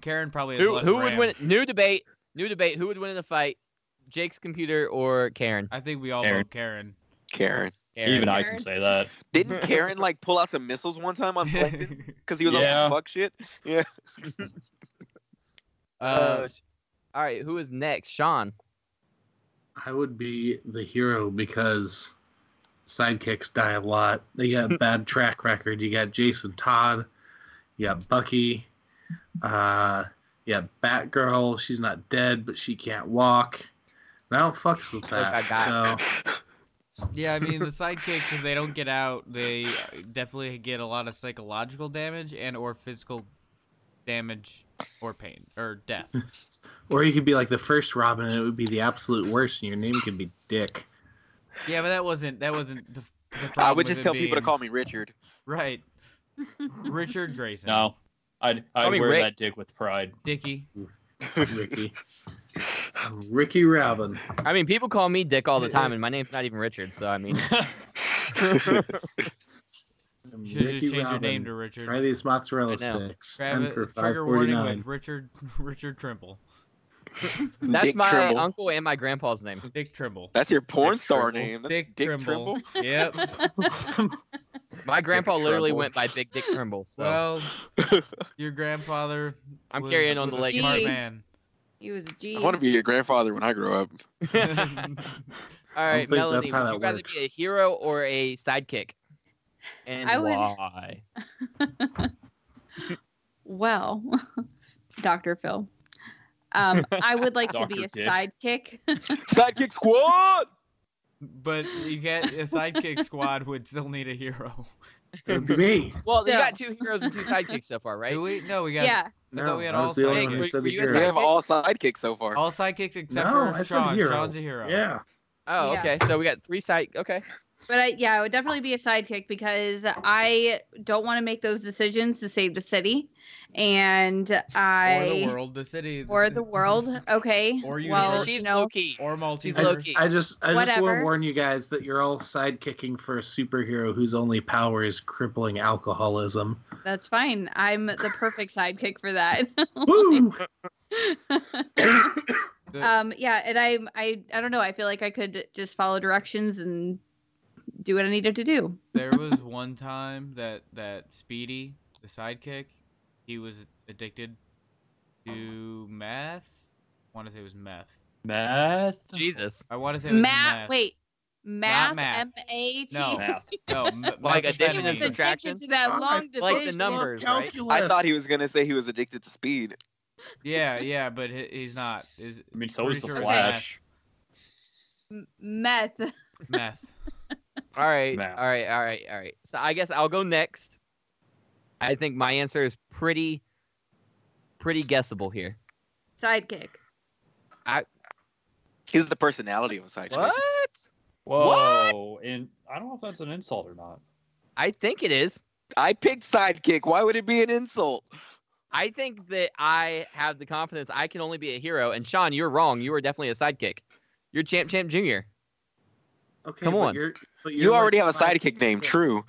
Speaker 3: Karen probably has
Speaker 2: Who,
Speaker 3: less
Speaker 2: who would
Speaker 3: RAM.
Speaker 2: win? New debate. New debate. Who would win in the fight? Jake's computer or Karen?
Speaker 3: I think we all
Speaker 5: Karen.
Speaker 3: vote Karen.
Speaker 7: Karen.
Speaker 2: Karen.
Speaker 5: Even I
Speaker 4: Karen.
Speaker 5: can say that.
Speaker 7: Didn't Karen like pull out some missiles one time on Plankton because he was on
Speaker 5: Yeah.
Speaker 7: some fuck shit?
Speaker 3: uh,
Speaker 2: All right. Who is next? Sean.
Speaker 6: I would be the hero because sidekicks die a lot. They
Speaker 3: Mm-hmm.
Speaker 6: got a bad track record. You got Jason Todd. You got Bucky. Uh, you got Batgirl. She's not dead, but she can't walk. And I don't fucks with that.
Speaker 2: Like that
Speaker 6: So
Speaker 3: yeah, I mean the sidekicks if they don't get out, they uh, definitely get a lot of psychological damage and or physical damage or pain or death.
Speaker 6: or you could be like the first Robin, and it would be the absolute worst, and your name could be Dick.
Speaker 3: Yeah, but that wasn't that wasn't the, the problem.
Speaker 7: I would
Speaker 3: with
Speaker 7: just
Speaker 3: it
Speaker 7: tell people to
Speaker 3: being-
Speaker 7: call me Richard.
Speaker 3: Right. Richard Grayson.
Speaker 5: No, I'd I'd
Speaker 2: mean,
Speaker 5: wear
Speaker 2: Rick-
Speaker 5: that dick with pride.
Speaker 3: Dickie.
Speaker 6: Ricky. I'm Ricky Robin.
Speaker 2: I mean, people call me Dick all the time, and my name's not even Richard. So I mean,
Speaker 6: I'm
Speaker 3: Should
Speaker 6: Ricky
Speaker 3: just change your name
Speaker 6: Mm, Robin.
Speaker 3: to Richard.
Speaker 6: Try these mozzarella
Speaker 2: Right now.
Speaker 6: sticks.
Speaker 3: Grab
Speaker 6: Ten
Speaker 3: it-
Speaker 6: for five
Speaker 3: trigger warning
Speaker 6: forty-nine.
Speaker 3: with Richard Richard Trimble.
Speaker 2: that's
Speaker 7: Dick
Speaker 2: my
Speaker 7: Trimble.
Speaker 2: uncle and my grandpa's name.
Speaker 3: Dick Trimble.
Speaker 7: That's your porn
Speaker 5: Dick
Speaker 7: star
Speaker 5: Trimble.
Speaker 7: name. That's
Speaker 3: Dick, Trimble.
Speaker 7: Trimble.
Speaker 3: Yep.
Speaker 2: My grandpa literally
Speaker 7: Trimble.
Speaker 2: went by Big Dick Trimble. So
Speaker 3: Well, your grandfather.
Speaker 2: I'm
Speaker 3: was-
Speaker 2: carrying on
Speaker 3: was
Speaker 2: the
Speaker 3: a
Speaker 2: legacy.
Speaker 3: Smart
Speaker 4: Gee.
Speaker 3: man.
Speaker 4: He was a G.
Speaker 7: I want to be your grandfather when I grow up.
Speaker 2: all
Speaker 6: don't
Speaker 2: right,
Speaker 6: think
Speaker 2: Melanie.
Speaker 6: that's how
Speaker 2: Would
Speaker 6: that
Speaker 2: you rather
Speaker 6: works.
Speaker 2: be a hero or a sidekick? And
Speaker 4: I would-
Speaker 2: why?
Speaker 4: Well, Dr. Phil. Um, I would like to be a
Speaker 5: Dr.
Speaker 4: sidekick.
Speaker 7: Sidekick squad.
Speaker 3: but you get a sidekick squad would still need a hero.
Speaker 6: It would be me.
Speaker 2: Well, you
Speaker 4: So-
Speaker 2: got two heroes and two sidekicks so far, right?
Speaker 3: Do we? No, we got
Speaker 4: yeah.
Speaker 3: I thought we had
Speaker 6: I was
Speaker 3: all
Speaker 6: the only
Speaker 3: sidekicks.
Speaker 6: one who
Speaker 2: Wait,
Speaker 6: said
Speaker 2: were
Speaker 6: the
Speaker 2: you guys
Speaker 7: We
Speaker 6: hero.
Speaker 7: have all sidekicks so far.
Speaker 3: all sidekicks except
Speaker 6: No, I
Speaker 3: for
Speaker 6: said
Speaker 3: Sean.
Speaker 6: hero.
Speaker 3: Sean's a hero.
Speaker 6: Yeah.
Speaker 2: Oh,
Speaker 4: Yeah.
Speaker 2: okay. So we got three side. Okay.
Speaker 4: But I, yeah, I would definitely be a sidekick because I don't want to make those decisions to save the city. and I
Speaker 3: or the world, the city,
Speaker 4: or the world. Okay.
Speaker 3: Or
Speaker 4: well,
Speaker 3: universe.
Speaker 2: She's
Speaker 4: you know,
Speaker 2: low key.
Speaker 3: or
Speaker 6: I,
Speaker 2: low-key.
Speaker 3: multiverse.
Speaker 6: I just I just want
Speaker 4: Whatever.
Speaker 6: to warn you guys that you're all sidekicking for a superhero whose only power is crippling alcoholism.
Speaker 4: that's fine. I'm the perfect sidekick for that.
Speaker 6: Woo!
Speaker 3: The-
Speaker 4: um yeah and i i i don't know i feel like i could just follow directions and do what i needed to do
Speaker 3: there was one time that that Speedy, the sidekick, he was addicted to meth. I want to say it was meth.
Speaker 5: Math.
Speaker 2: Jesus.
Speaker 3: I want to say it was
Speaker 4: math
Speaker 3: meth.
Speaker 4: wait math
Speaker 3: math.
Speaker 4: m-a-t
Speaker 3: No.
Speaker 5: Math.
Speaker 3: no, m-
Speaker 2: Like addition and
Speaker 3: methamphetamine.
Speaker 2: subtraction.
Speaker 4: to that long
Speaker 6: I
Speaker 2: Like the
Speaker 4: division.
Speaker 2: numbers, right?
Speaker 7: I thought he was gonna say he was addicted to speed.
Speaker 3: Yeah, yeah, but he, he's not. Is
Speaker 5: I mean, so was
Speaker 3: Pretty
Speaker 5: the
Speaker 3: sure it's
Speaker 5: Flash.
Speaker 4: M- meth
Speaker 3: meth.
Speaker 2: All right.
Speaker 5: Math.
Speaker 2: All right. All right. All right. So I guess I'll go next. I think my answer is pretty, pretty guessable here.
Speaker 4: sidekick
Speaker 7: He's the personality of a sidekick.
Speaker 2: What?
Speaker 5: Whoa! And I don't know if that's an insult or not.
Speaker 2: I think it is.
Speaker 7: I picked sidekick. Why would it be an insult?
Speaker 2: I think that I have the confidence I can only be a hero. And Sean, you're wrong. You are definitely a sidekick. You're Champ Champ Junior.
Speaker 6: Okay,
Speaker 2: Come
Speaker 6: but
Speaker 2: on.
Speaker 6: you're- but
Speaker 7: You
Speaker 6: you're
Speaker 7: already
Speaker 6: like
Speaker 7: have a sidekick named
Speaker 6: sidekicks.
Speaker 7: True.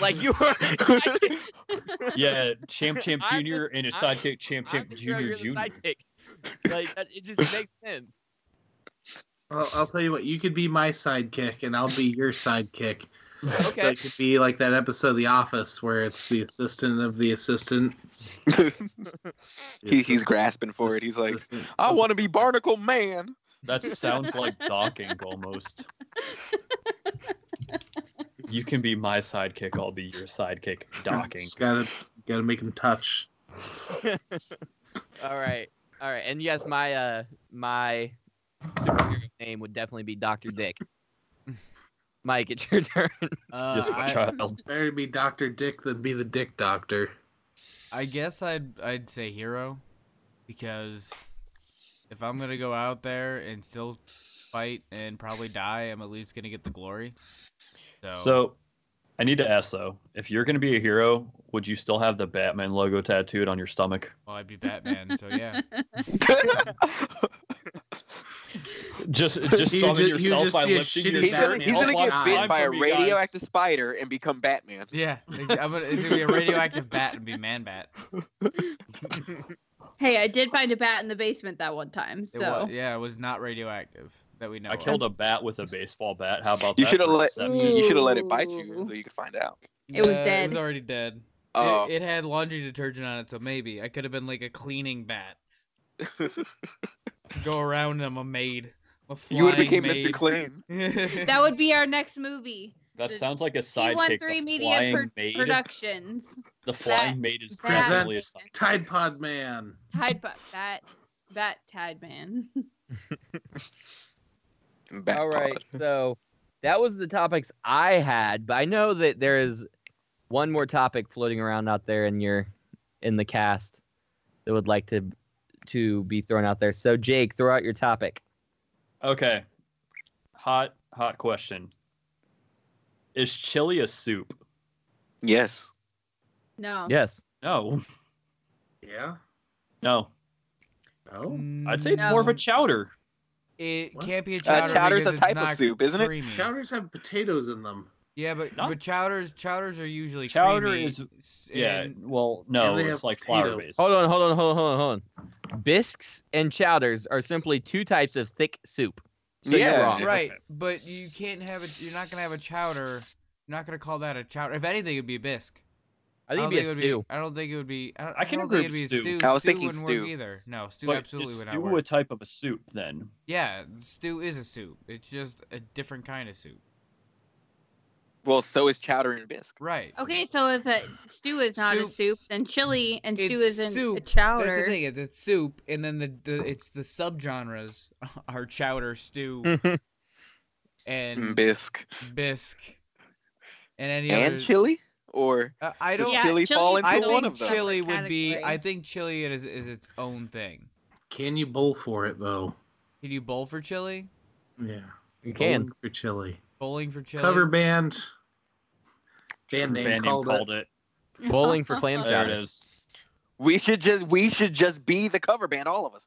Speaker 2: Like you were.
Speaker 5: Yeah, Champ Champ
Speaker 2: I'm
Speaker 5: Junior
Speaker 2: just-
Speaker 5: and his
Speaker 2: I'm-
Speaker 5: sidekick Champ
Speaker 2: I'm
Speaker 5: Champ
Speaker 2: the hero,
Speaker 5: Junior
Speaker 2: you're the
Speaker 5: Junior.
Speaker 2: sidekick. Like that, it just makes sense.
Speaker 6: Well, I'll tell you what. You could be my sidekick, and I'll be your sidekick. So
Speaker 2: Okay.
Speaker 6: it could be like that episode of The Office where it's the assistant of the assistant.
Speaker 7: he, he's grasping for it. He's like,
Speaker 6: Assistant.
Speaker 7: I want to be Barnacle Man.
Speaker 5: That sounds like docking almost. You can be my sidekick. I'll be your sidekick. Docking.
Speaker 6: Just gotta gotta make him touch.
Speaker 2: All right. All right. And yes, my uh my superhero name would definitely be Doctor Dick. Mike, it's your turn.
Speaker 3: Uh,
Speaker 5: Yes, my
Speaker 3: I,
Speaker 5: child.
Speaker 6: Better be Doctor Dick than be the Dick Doctor.
Speaker 3: I guess I'd I'd say hero, because if I'm gonna go out there and still fight and probably die, I'm at least gonna get the glory. So,
Speaker 5: So, I need to ask though, if you're going to be a hero, would you still have the Batman logo tattooed on your stomach?
Speaker 3: well, I'd be Batman. So yeah,
Speaker 5: Just, just
Speaker 6: He
Speaker 5: summon
Speaker 6: would ju- he would
Speaker 5: yourself
Speaker 6: just
Speaker 5: by
Speaker 6: be a
Speaker 5: lifting
Speaker 6: shitty
Speaker 5: your
Speaker 7: he's
Speaker 5: shirt.
Speaker 7: gonna, he's gonna
Speaker 5: Oh,
Speaker 7: get
Speaker 5: wow.
Speaker 7: bit
Speaker 5: Time
Speaker 7: by a
Speaker 5: for me, guys.
Speaker 7: radioactive spider and become Batman.
Speaker 3: yeah, I'm gonna, it's gonna be a radioactive bat and be Man Bat.
Speaker 4: hey i did find a bat in the basement that one time
Speaker 3: It
Speaker 4: so
Speaker 3: wa- yeah, it was not radioactive that we know.
Speaker 5: I killed a bat with a baseball bat. How about
Speaker 7: You
Speaker 5: that?
Speaker 7: should have
Speaker 5: for a
Speaker 7: let
Speaker 5: set?
Speaker 7: you should have let it bite you
Speaker 4: Ooh.
Speaker 7: so you could find out.
Speaker 4: It was
Speaker 3: It
Speaker 4: dead.
Speaker 3: was already dead.
Speaker 7: Oh,
Speaker 3: It, it had laundry detergent on it, so maybe I could have been like a cleaning bat. Go around, and I'm a maid. I'm a
Speaker 7: you would have
Speaker 3: flying
Speaker 7: became Mr.
Speaker 3: maid.
Speaker 7: Clean.
Speaker 3: Mr.
Speaker 4: that would be our next movie
Speaker 5: That
Speaker 4: The
Speaker 5: sounds like a sidekick. The
Speaker 4: t13 media
Speaker 5: flying
Speaker 4: Pro-
Speaker 5: maid.
Speaker 4: productions
Speaker 5: the flying maid is
Speaker 4: that-
Speaker 5: definitely a
Speaker 6: Presents
Speaker 5: sidekick.
Speaker 6: Tide Pod Man.
Speaker 4: tide Pod- bat bat tide man
Speaker 7: Bat
Speaker 2: All right.
Speaker 7: pod.
Speaker 2: So that was the topics I had, but I know that there is one more topic floating around out there in your in the cast that would like to to be thrown out there. So Jake, throw out your topic.
Speaker 5: Okay. Hot, hot question. Is chili a soup?
Speaker 7: Yes.
Speaker 4: no
Speaker 2: Yes.
Speaker 5: No,
Speaker 6: Yeah.
Speaker 5: no.
Speaker 6: No.
Speaker 3: Mm.
Speaker 5: I'd say it's more of
Speaker 4: No.
Speaker 5: a chowder.
Speaker 3: It
Speaker 6: What?
Speaker 3: can't be a chowder.
Speaker 7: Uh, chowder's
Speaker 3: because
Speaker 7: a
Speaker 3: it's
Speaker 7: type of
Speaker 3: not
Speaker 7: soup, isn't it?
Speaker 3: creamy.
Speaker 6: Chowders have potatoes in them.
Speaker 3: Yeah, but,
Speaker 5: Not-
Speaker 3: but chowders chowders are usually
Speaker 5: Chowder
Speaker 3: creamy,
Speaker 5: is-
Speaker 3: s-
Speaker 5: Yeah.
Speaker 3: and-
Speaker 5: Well, no,
Speaker 6: and they
Speaker 5: it's
Speaker 6: have
Speaker 5: like
Speaker 6: potato.
Speaker 5: flour based.
Speaker 2: Hold on, hold on, hold on, hold on, hold on. Bisques and chowders are simply two types of thick soup. So you're
Speaker 7: yeah.
Speaker 2: wrong.
Speaker 3: right, but you can't have it. You're not gonna have a chowder. You're not gonna call that a chowder. If anything, it'd be a bisque.
Speaker 2: I think
Speaker 3: don't
Speaker 2: it'd be a
Speaker 3: it would
Speaker 2: stew.
Speaker 3: Be, I don't think it would be. I don't,
Speaker 5: I can
Speaker 3: don't think
Speaker 5: agree
Speaker 3: it'd be
Speaker 5: with
Speaker 3: a
Speaker 5: stew.
Speaker 3: stew.
Speaker 7: I was
Speaker 3: stew
Speaker 7: thinking
Speaker 3: wouldn't
Speaker 7: stew.
Speaker 3: work either. No, stew
Speaker 5: But
Speaker 3: absolutely
Speaker 5: is
Speaker 3: would not
Speaker 5: stew
Speaker 3: work.
Speaker 5: a type of a soup then?
Speaker 3: Yeah, stew is a soup. It's just a different kind of soup.
Speaker 7: Well, so is chowder and bisque.
Speaker 3: Right.
Speaker 4: okay so if a stew is not
Speaker 3: Soup.
Speaker 4: a soup then chili and stew
Speaker 3: It's
Speaker 4: isn't a
Speaker 3: soup.
Speaker 4: chowder
Speaker 3: That's the thing. It's, it's soup, and then the, the it's the subgenres are chowder, stew,
Speaker 7: Mm,
Speaker 2: Mm-hmm.
Speaker 3: and
Speaker 7: Bisque
Speaker 3: bisque, and any other.
Speaker 7: and chili, or
Speaker 3: Uh, I
Speaker 7: Does
Speaker 3: don't.
Speaker 7: chili fall into
Speaker 3: I
Speaker 7: Either one
Speaker 3: think
Speaker 7: of them.
Speaker 3: chili would be. I think chili is is its own thing.
Speaker 6: Can you bowl for it though?
Speaker 3: Can you bowl for chili?
Speaker 6: Yeah.
Speaker 2: You can.
Speaker 6: Bowling for chili.
Speaker 3: Bowling for chili.
Speaker 6: Cover band. Band name
Speaker 5: Band name
Speaker 6: called,
Speaker 5: called
Speaker 6: it.
Speaker 5: it.
Speaker 2: Bowling for clam
Speaker 5: There it
Speaker 2: chowder.
Speaker 5: is.
Speaker 7: We should just we should just be the cover band, all of us.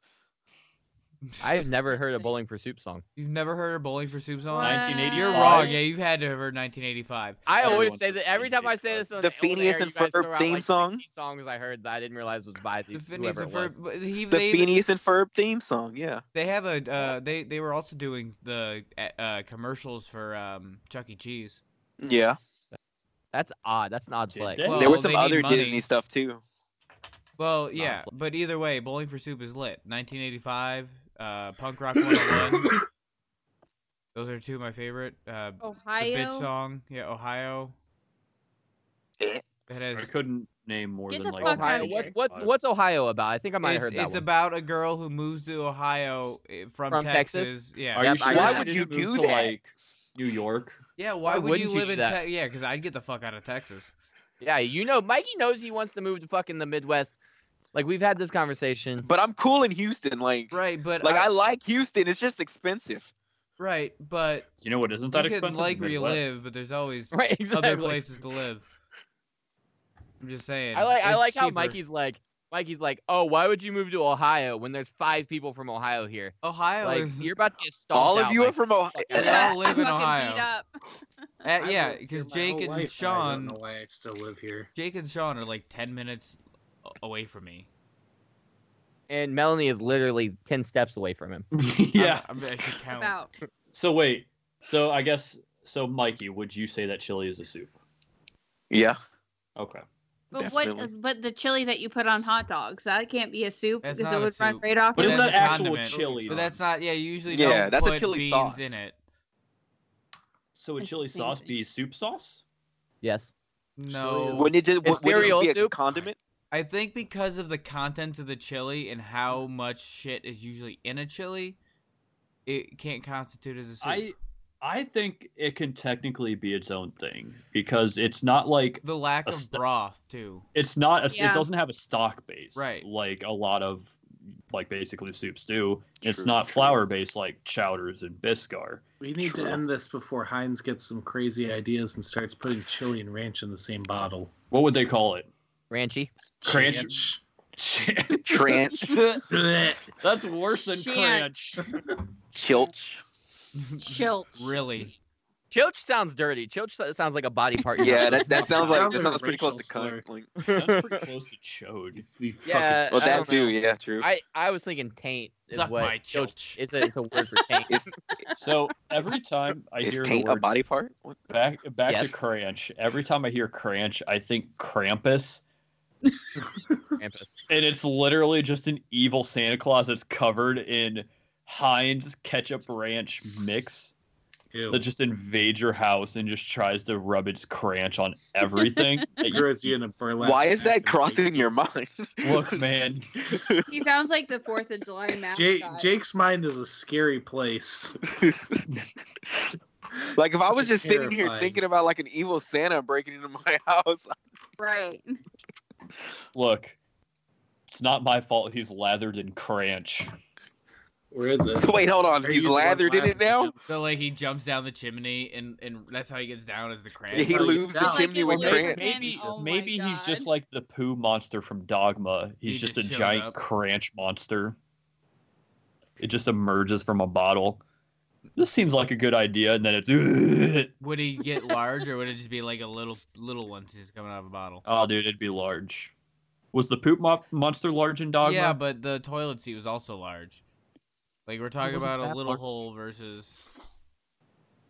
Speaker 2: I have never heard a Bowling for Soup song.
Speaker 3: You've never heard of Bowling for Soup song?
Speaker 5: What? 1980.
Speaker 3: You're wrong. Yeah, you've had to have heard 1985.
Speaker 2: I always
Speaker 5: Everyone
Speaker 2: say
Speaker 5: should
Speaker 2: that every
Speaker 5: be
Speaker 2: time I say
Speaker 5: Jake
Speaker 2: this on
Speaker 7: The
Speaker 2: the old
Speaker 7: Phineas
Speaker 2: air,
Speaker 7: and
Speaker 2: you guys
Speaker 7: Ferb
Speaker 2: throw out,
Speaker 7: theme
Speaker 2: like,
Speaker 7: song?
Speaker 2: 15 Songs I heard that I didn't realize was by the,
Speaker 3: The Phineas
Speaker 2: whoever it
Speaker 3: and
Speaker 2: was.
Speaker 3: Ferb. but He,
Speaker 7: The
Speaker 3: they,
Speaker 7: Phineas and Ferb theme song, yeah.
Speaker 3: they have a. Uh, they they were also doing the uh, uh, commercials for um, Chuck E. Cheese.
Speaker 7: Yeah.
Speaker 2: That's odd. That's an odd
Speaker 5: Did
Speaker 2: flex.
Speaker 5: they?
Speaker 3: Well,
Speaker 7: there was some
Speaker 3: they need
Speaker 7: other
Speaker 3: money.
Speaker 7: Disney stuff too.
Speaker 3: Well, yeah,
Speaker 2: pl-
Speaker 3: but either way, Bowling for Soup is lit. 1985, uh, Punk Rock 101. Those are two of my favorite. Uh, the bitch
Speaker 4: Ohio.
Speaker 3: song, yeah, Ohio.
Speaker 7: Eh.
Speaker 3: It has.
Speaker 5: I couldn't name more
Speaker 4: Get
Speaker 5: than
Speaker 4: the
Speaker 5: like
Speaker 4: fuck outta
Speaker 2: Ohio.
Speaker 4: here.
Speaker 2: What's what's what's Ohio about? I think I might have
Speaker 3: it's
Speaker 2: heard that
Speaker 3: it's
Speaker 2: one.
Speaker 3: about a girl who moves to Ohio eh, from,
Speaker 2: From Texas?
Speaker 3: Yeah.
Speaker 5: Are
Speaker 2: Yep,
Speaker 5: you
Speaker 2: I
Speaker 5: sure
Speaker 2: got
Speaker 5: they
Speaker 2: it.
Speaker 5: didn't
Speaker 7: You
Speaker 5: move
Speaker 7: do
Speaker 5: to,
Speaker 7: that.
Speaker 5: like New York?
Speaker 3: yeah. Why, would
Speaker 2: wouldn't
Speaker 3: you
Speaker 2: you
Speaker 3: live
Speaker 2: do
Speaker 3: in?
Speaker 2: that?
Speaker 3: Te- yeah, because I'd get the fuck out of Texas.
Speaker 2: yeah, you know, Mikey knows he wants to move to fucking the Midwest. Like we've had this conversation.
Speaker 7: But I'm cool in Houston, like
Speaker 3: Right, but
Speaker 7: like
Speaker 3: I,
Speaker 7: I, like Houston. It's just expensive.
Speaker 3: right, but
Speaker 5: You know what? Isn't
Speaker 3: you
Speaker 5: that
Speaker 3: can
Speaker 5: expensive?
Speaker 3: like
Speaker 5: The
Speaker 3: where you
Speaker 5: Midwest.
Speaker 3: live, but there's always
Speaker 2: right, exactly.
Speaker 3: other places to live. I'm just saying.
Speaker 2: I like I
Speaker 3: it's
Speaker 2: like how
Speaker 3: cheaper.
Speaker 2: Mikey's like Mikey's like, oh, why would you move to Ohio when there's five people from Ohio here?
Speaker 3: Ohio
Speaker 2: Like
Speaker 3: is
Speaker 2: you're about to get stomped
Speaker 7: All of
Speaker 2: out,
Speaker 7: you are
Speaker 2: Mikey.
Speaker 7: from Ohio.
Speaker 2: Fuck out.
Speaker 3: we all live in
Speaker 4: Fucking beat
Speaker 3: Ohio.
Speaker 4: up.
Speaker 3: Uh,
Speaker 6: I've
Speaker 3: yeah,
Speaker 6: lived here
Speaker 3: because
Speaker 6: my
Speaker 3: Jake
Speaker 6: whole
Speaker 3: and
Speaker 6: life, and I don't
Speaker 3: Sean,
Speaker 6: know why I still live here.
Speaker 3: Jake and Sean are like ten minutes a- away from me.
Speaker 2: and Melanie is literally ten steps away from him.
Speaker 5: yeah.
Speaker 3: I'm, I'm, I should count.
Speaker 4: About.
Speaker 5: So wait. So I guess. So Mikey, would you say that chili is a soup?
Speaker 7: Yeah.
Speaker 5: Okay.
Speaker 4: But
Speaker 7: Definitely.
Speaker 4: what? But the chili that you put on hot dogs that can't be a soup
Speaker 3: That's
Speaker 4: because
Speaker 3: not
Speaker 4: it
Speaker 3: a
Speaker 4: would run
Speaker 3: soup.
Speaker 4: right off.
Speaker 5: But
Speaker 4: the-
Speaker 5: it's
Speaker 3: that's
Speaker 5: not
Speaker 3: a
Speaker 5: actual
Speaker 3: condiment.
Speaker 5: chili.
Speaker 3: But that's not. Yeah, you usually
Speaker 7: Yeah,
Speaker 3: don't
Speaker 7: that's a
Speaker 3: put
Speaker 7: chili
Speaker 3: beans
Speaker 7: sauce.
Speaker 3: in it.
Speaker 5: So would
Speaker 4: It's the
Speaker 5: chili
Speaker 4: same
Speaker 5: sauce
Speaker 4: thing.
Speaker 5: be soup sauce?
Speaker 2: Yes.
Speaker 3: No,
Speaker 7: Wouldn't it just
Speaker 2: It's
Speaker 7: would- wouldn't
Speaker 2: cereal
Speaker 7: it be a
Speaker 2: soup.
Speaker 7: condiment?
Speaker 3: I think because of the contents of the chili and how much shit is usually in a chili, it can't constitute as a soup.
Speaker 5: I I think it can technically be its own thing because it's not like
Speaker 3: the lack
Speaker 5: a
Speaker 3: of
Speaker 5: st-
Speaker 3: broth too.
Speaker 5: it's not a,
Speaker 4: Yeah.
Speaker 5: it doesn't have a stock base
Speaker 3: Right.
Speaker 5: like a lot of like basically soups do. it's
Speaker 7: True,
Speaker 5: not
Speaker 7: true.
Speaker 5: flour based like chowders and Biscar.
Speaker 6: We need
Speaker 7: True.
Speaker 6: to end this before Heinz gets some crazy ideas and starts putting chili and ranch in the same bottle.
Speaker 5: What would they call it?
Speaker 2: Ranchy.
Speaker 5: Cranch.
Speaker 7: Tranch,
Speaker 6: Blech.
Speaker 5: That's worse than
Speaker 4: Chant.
Speaker 5: cranch.
Speaker 7: chilch.
Speaker 4: Chilch.
Speaker 3: really?
Speaker 2: Chilch sounds dirty. Chilch so- sounds like a body part.
Speaker 7: Yeah, that, that sounds like that
Speaker 6: Sounds like
Speaker 7: sounds pretty
Speaker 6: racial
Speaker 7: close to cunt. Like,
Speaker 5: That's pretty close to chode.
Speaker 6: We
Speaker 2: yeah.
Speaker 7: well,
Speaker 2: I
Speaker 7: that
Speaker 2: don't know.
Speaker 7: too. Yeah, true.
Speaker 2: I, I was thinking taint is
Speaker 3: Suck
Speaker 2: what
Speaker 3: my
Speaker 2: chilch.
Speaker 3: chilch.
Speaker 2: It's a it's a word for taint.
Speaker 7: It's-
Speaker 5: So every time I
Speaker 7: Is
Speaker 5: hear the
Speaker 7: taint a
Speaker 5: word
Speaker 7: body part? What?
Speaker 5: back back
Speaker 2: Yes.
Speaker 5: to cranch, every time I hear cranch, I think Krampus,
Speaker 2: Krampus.
Speaker 5: and it's literally just an evil Santa Claus that's covered in Heinz ketchup ranch mix
Speaker 6: Ew.
Speaker 5: that just invades your house and just tries to rub its cranch on everything. that you-
Speaker 6: throws you in a burlap.
Speaker 7: Why is
Speaker 6: sack
Speaker 7: that
Speaker 6: and-
Speaker 7: crossing your mind?
Speaker 5: Look, man,
Speaker 4: He sounds like the Fourth of July mascot.
Speaker 6: Jake, Jake's mind is a scary place.
Speaker 7: like if I was just sitting here
Speaker 6: Terrifying.
Speaker 7: thinking about like an evil Santa breaking into my house,
Speaker 4: Right.
Speaker 5: look, it's not my fault. He's lathered in cranch.
Speaker 6: Where is it?
Speaker 7: So wait, hold on.
Speaker 6: Are
Speaker 7: He's
Speaker 6: you the one
Speaker 7: lathered in it
Speaker 6: laughing?
Speaker 7: now.
Speaker 3: So like he jumps down the chimney and and that's how he gets down as the crank.
Speaker 7: Yeah, he
Speaker 6: Oh, you
Speaker 7: loops the
Speaker 6: don't.
Speaker 7: chimney
Speaker 4: Like
Speaker 7: with
Speaker 4: his little
Speaker 7: Grant.
Speaker 4: man.
Speaker 5: Maybe,
Speaker 4: Oh my
Speaker 5: maybe he's just
Speaker 4: God.
Speaker 5: like the poo monster from Dogma. He's
Speaker 3: He
Speaker 5: just,
Speaker 3: just
Speaker 5: a
Speaker 3: shows
Speaker 5: giant
Speaker 3: up.
Speaker 5: cranch monster. It just emerges from a bottle. This seems like a good idea, and then it's
Speaker 3: Would he get large or would it just be like a little little one just coming out of a bottle?
Speaker 5: oh, dude, it'd be large. Was the poop mo- monster large in Dogma?
Speaker 3: Yeah, but the toilet seat was also large. Like we're talking
Speaker 2: wasn't
Speaker 3: about a
Speaker 2: that
Speaker 3: little
Speaker 2: large.
Speaker 3: hole versus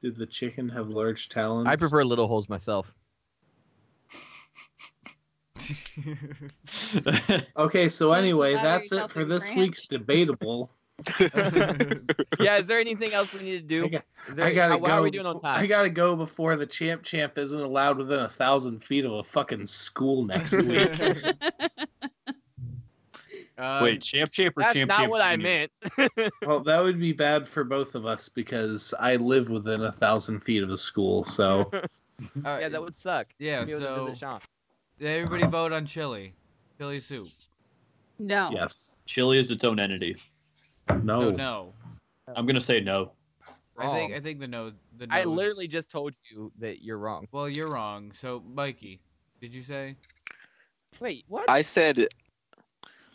Speaker 6: Did the chicken have large talons?
Speaker 2: I prefer little holes myself.
Speaker 6: Okay, so
Speaker 4: Please
Speaker 6: anyway,
Speaker 4: lather
Speaker 6: that's it
Speaker 4: yourself
Speaker 6: for
Speaker 4: in
Speaker 6: this
Speaker 4: ranch.
Speaker 6: week's debatable.
Speaker 2: Yeah, is there anything else we need to
Speaker 6: I,
Speaker 2: do?
Speaker 6: got,
Speaker 2: Is there,
Speaker 6: I gotta
Speaker 2: how,
Speaker 6: go.
Speaker 2: how are we doing on
Speaker 6: befo- I
Speaker 2: time?
Speaker 6: gotta go before the champ champ isn't allowed within a thousand feet of a fucking school next week.
Speaker 3: Um,
Speaker 5: Wait, champ champ or
Speaker 2: That's
Speaker 5: champ
Speaker 2: not
Speaker 5: champ
Speaker 2: what I
Speaker 5: junior?
Speaker 2: meant.
Speaker 6: well, that would be bad for both of us because I live within a thousand feet of a school.
Speaker 3: all
Speaker 6: So
Speaker 3: right,
Speaker 2: yeah, that would suck.
Speaker 3: yeah,
Speaker 2: Be able to
Speaker 3: so
Speaker 2: visit Sean.
Speaker 3: everybody vote on chili. Chili soup.
Speaker 4: No.
Speaker 6: yes,
Speaker 5: Chili is its own entity.
Speaker 6: no,
Speaker 3: No,
Speaker 7: Oh.
Speaker 3: no.
Speaker 5: I'm gonna say no.
Speaker 3: I think
Speaker 2: Wrong.
Speaker 3: I think the no the no
Speaker 2: I
Speaker 3: is-
Speaker 2: literally just told you that you're wrong.
Speaker 3: Well, you're wrong. So, Mikey, did you say?
Speaker 2: Wait, what?
Speaker 7: I said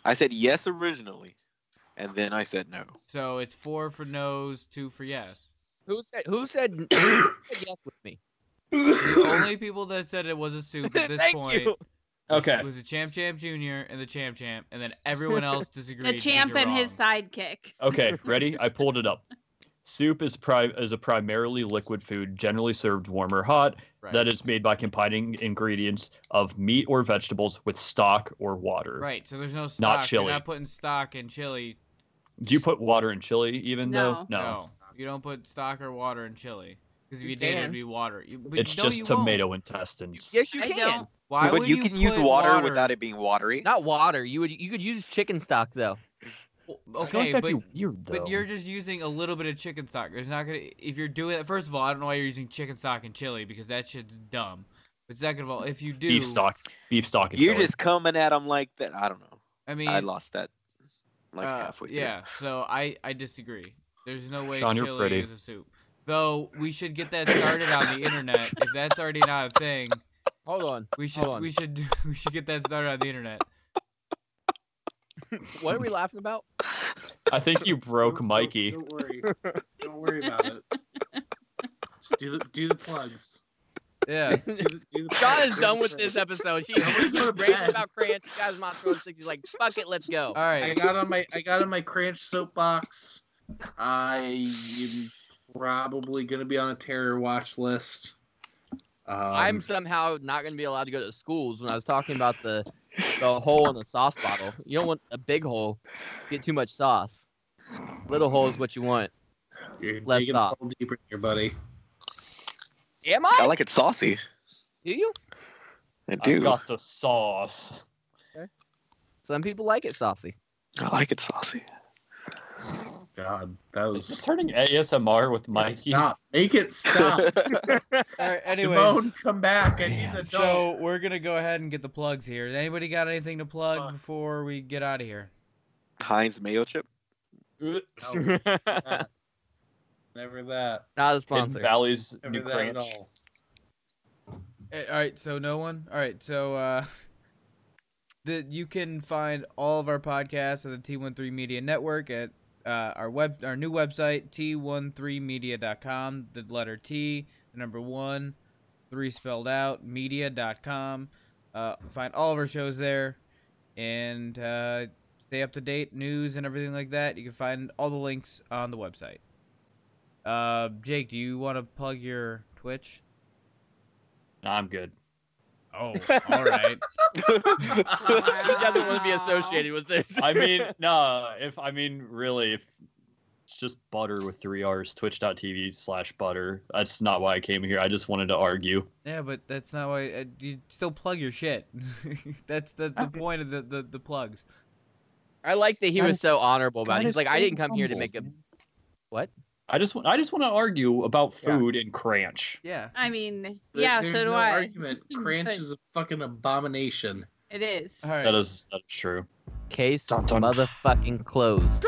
Speaker 7: I said yes originally, and then I said no.
Speaker 3: So it's four for no's, two for yes.
Speaker 2: Who said? Who said? who said yes with me?
Speaker 3: The only people that said it was a soup at this
Speaker 2: Thank
Speaker 3: point
Speaker 2: you.
Speaker 5: Okay.
Speaker 3: was the champ champ junior and the champ champ, and then everyone else disagreed.
Speaker 4: The
Speaker 3: because
Speaker 4: champ
Speaker 3: you're
Speaker 4: and his
Speaker 3: wrong.
Speaker 4: sidekick.
Speaker 5: Okay, ready? I pulled it up. Soup is pri- is a primarily liquid food, generally served warm or hot,
Speaker 3: Right.
Speaker 5: that is made by combining ingredients of meat or vegetables with stock or water.
Speaker 3: right. So there's no stock.
Speaker 5: chili.
Speaker 3: You're not putting stock in chili.
Speaker 5: Do you put water in chili even
Speaker 4: No.
Speaker 5: though?
Speaker 3: No, you don't put stock or water in chili because if
Speaker 2: You
Speaker 3: you, did,
Speaker 2: can.
Speaker 3: it'd be water. You, but
Speaker 5: It's
Speaker 3: no,
Speaker 5: just
Speaker 3: you won't.
Speaker 5: tomato intestines.
Speaker 2: Yes, you
Speaker 4: I
Speaker 2: can.
Speaker 4: don't.
Speaker 3: Why
Speaker 7: but
Speaker 3: would
Speaker 7: you can use
Speaker 3: put
Speaker 7: water, without it being watery.
Speaker 2: Not water. You would. You could use chicken stock though.
Speaker 3: Well,
Speaker 5: I feel like
Speaker 3: Okay,
Speaker 5: that'd
Speaker 3: but
Speaker 5: be weird though.
Speaker 3: But you're just using a little bit of chicken stock. There's not gonna if you're doing it. First of all, I don't know why you're using chicken stock and chili because that shit's dumb. But second of all, if you do,
Speaker 5: beef stock. Beef stock and
Speaker 7: You're
Speaker 5: chili.
Speaker 7: just coming at them like that. I don't know.
Speaker 3: I mean,
Speaker 7: I lost that like
Speaker 3: uh,
Speaker 7: halfway through.
Speaker 3: yeah. So I I disagree. There's no way
Speaker 5: Sean, you're
Speaker 3: chili
Speaker 5: pretty.
Speaker 3: is a soup. Though we should get that started on the internet. If that's already not a thing,
Speaker 2: Hold on.
Speaker 3: we should
Speaker 2: Hold on.
Speaker 3: we should we should get that started on the internet.
Speaker 2: What are we laughing about?
Speaker 5: I think you broke
Speaker 6: Don't-
Speaker 5: Mikey.
Speaker 6: Don't, don't worry. Don't worry about it. Just do the, do the plugs.
Speaker 3: Yeah.
Speaker 6: Do the, do the
Speaker 2: Sean
Speaker 6: plugs.
Speaker 2: is done with this episode. She
Speaker 6: Don't go to
Speaker 2: raving
Speaker 6: bed.
Speaker 2: about crayons. She got his monster on six. He's like, fuck it, let's go.
Speaker 3: All
Speaker 6: I
Speaker 3: right.
Speaker 6: got on my I got on my cranch soapbox. I am probably gonna be on a terror watch list. Um,
Speaker 2: I'm somehow not going to be allowed to go to schools when I was talking about the the hole in the sauce bottle. You don't want a big hole, get too much sauce. Little hole is what you want.
Speaker 6: you're
Speaker 2: less
Speaker 6: digging a
Speaker 2: sauce.
Speaker 6: hole deeper in your buddy.
Speaker 2: Am
Speaker 7: I
Speaker 2: I?
Speaker 7: like it saucy.
Speaker 2: Do you?
Speaker 7: I
Speaker 5: I
Speaker 7: do.
Speaker 5: got the sauce.
Speaker 2: Some people like it saucy.
Speaker 7: I like it saucy.
Speaker 6: God, that
Speaker 5: Is this
Speaker 6: was
Speaker 5: turning ASMR with Mikey?
Speaker 6: stop. Make it stop.
Speaker 3: All right. Anyways.
Speaker 6: Damone, come back. I need an adult.
Speaker 3: So we're gonna go ahead and get the plugs here. Anybody got anything to plug
Speaker 6: Fuck.
Speaker 3: before we get out of here?
Speaker 7: Heinz mayo chip.
Speaker 6: No,
Speaker 2: not
Speaker 6: that. never that.
Speaker 2: a
Speaker 5: Hidden
Speaker 2: sponsor.
Speaker 5: Valley's
Speaker 6: Never
Speaker 5: new
Speaker 6: that at
Speaker 5: crunch.
Speaker 6: all.
Speaker 3: Uh, All right, so no one. All right, so uh, the you can find all of our podcasts at the T13 Media Network at uh, our web our new website t13media.com. The letter T, the number one, three spelled out media.com. Uh, find all of our shows there, and uh, stay up to date news and everything like that. You can find all the links on the website. Uh, Jake, do you want to plug your Twitch?
Speaker 5: Nah, I'm good.
Speaker 3: Oh, all right.
Speaker 2: He doesn't want to be associated with this.
Speaker 5: I mean, nah. If I mean, really, if it's just butter with three R's, twitch.tv slash butter. That's not why I came here. I just wanted to argue.
Speaker 3: Yeah, but that's not why uh, you still plug your shit. that's the, the point of the, the, the plugs.
Speaker 2: I like that he was so honorable about it. He's like, I didn't come here to make a.
Speaker 5: humble,
Speaker 2: What?
Speaker 5: I just want. I just want to argue about
Speaker 2: Yeah.
Speaker 5: food and cranch.
Speaker 3: Yeah.
Speaker 4: I mean,
Speaker 6: There-
Speaker 4: yeah, so
Speaker 6: there's
Speaker 4: do
Speaker 6: no
Speaker 4: I.
Speaker 6: Argument. Cranch is a fucking abomination.
Speaker 4: It is.
Speaker 3: All right.
Speaker 5: That is that's true.
Speaker 2: Case
Speaker 5: Dun, dun.
Speaker 2: motherfucking closed.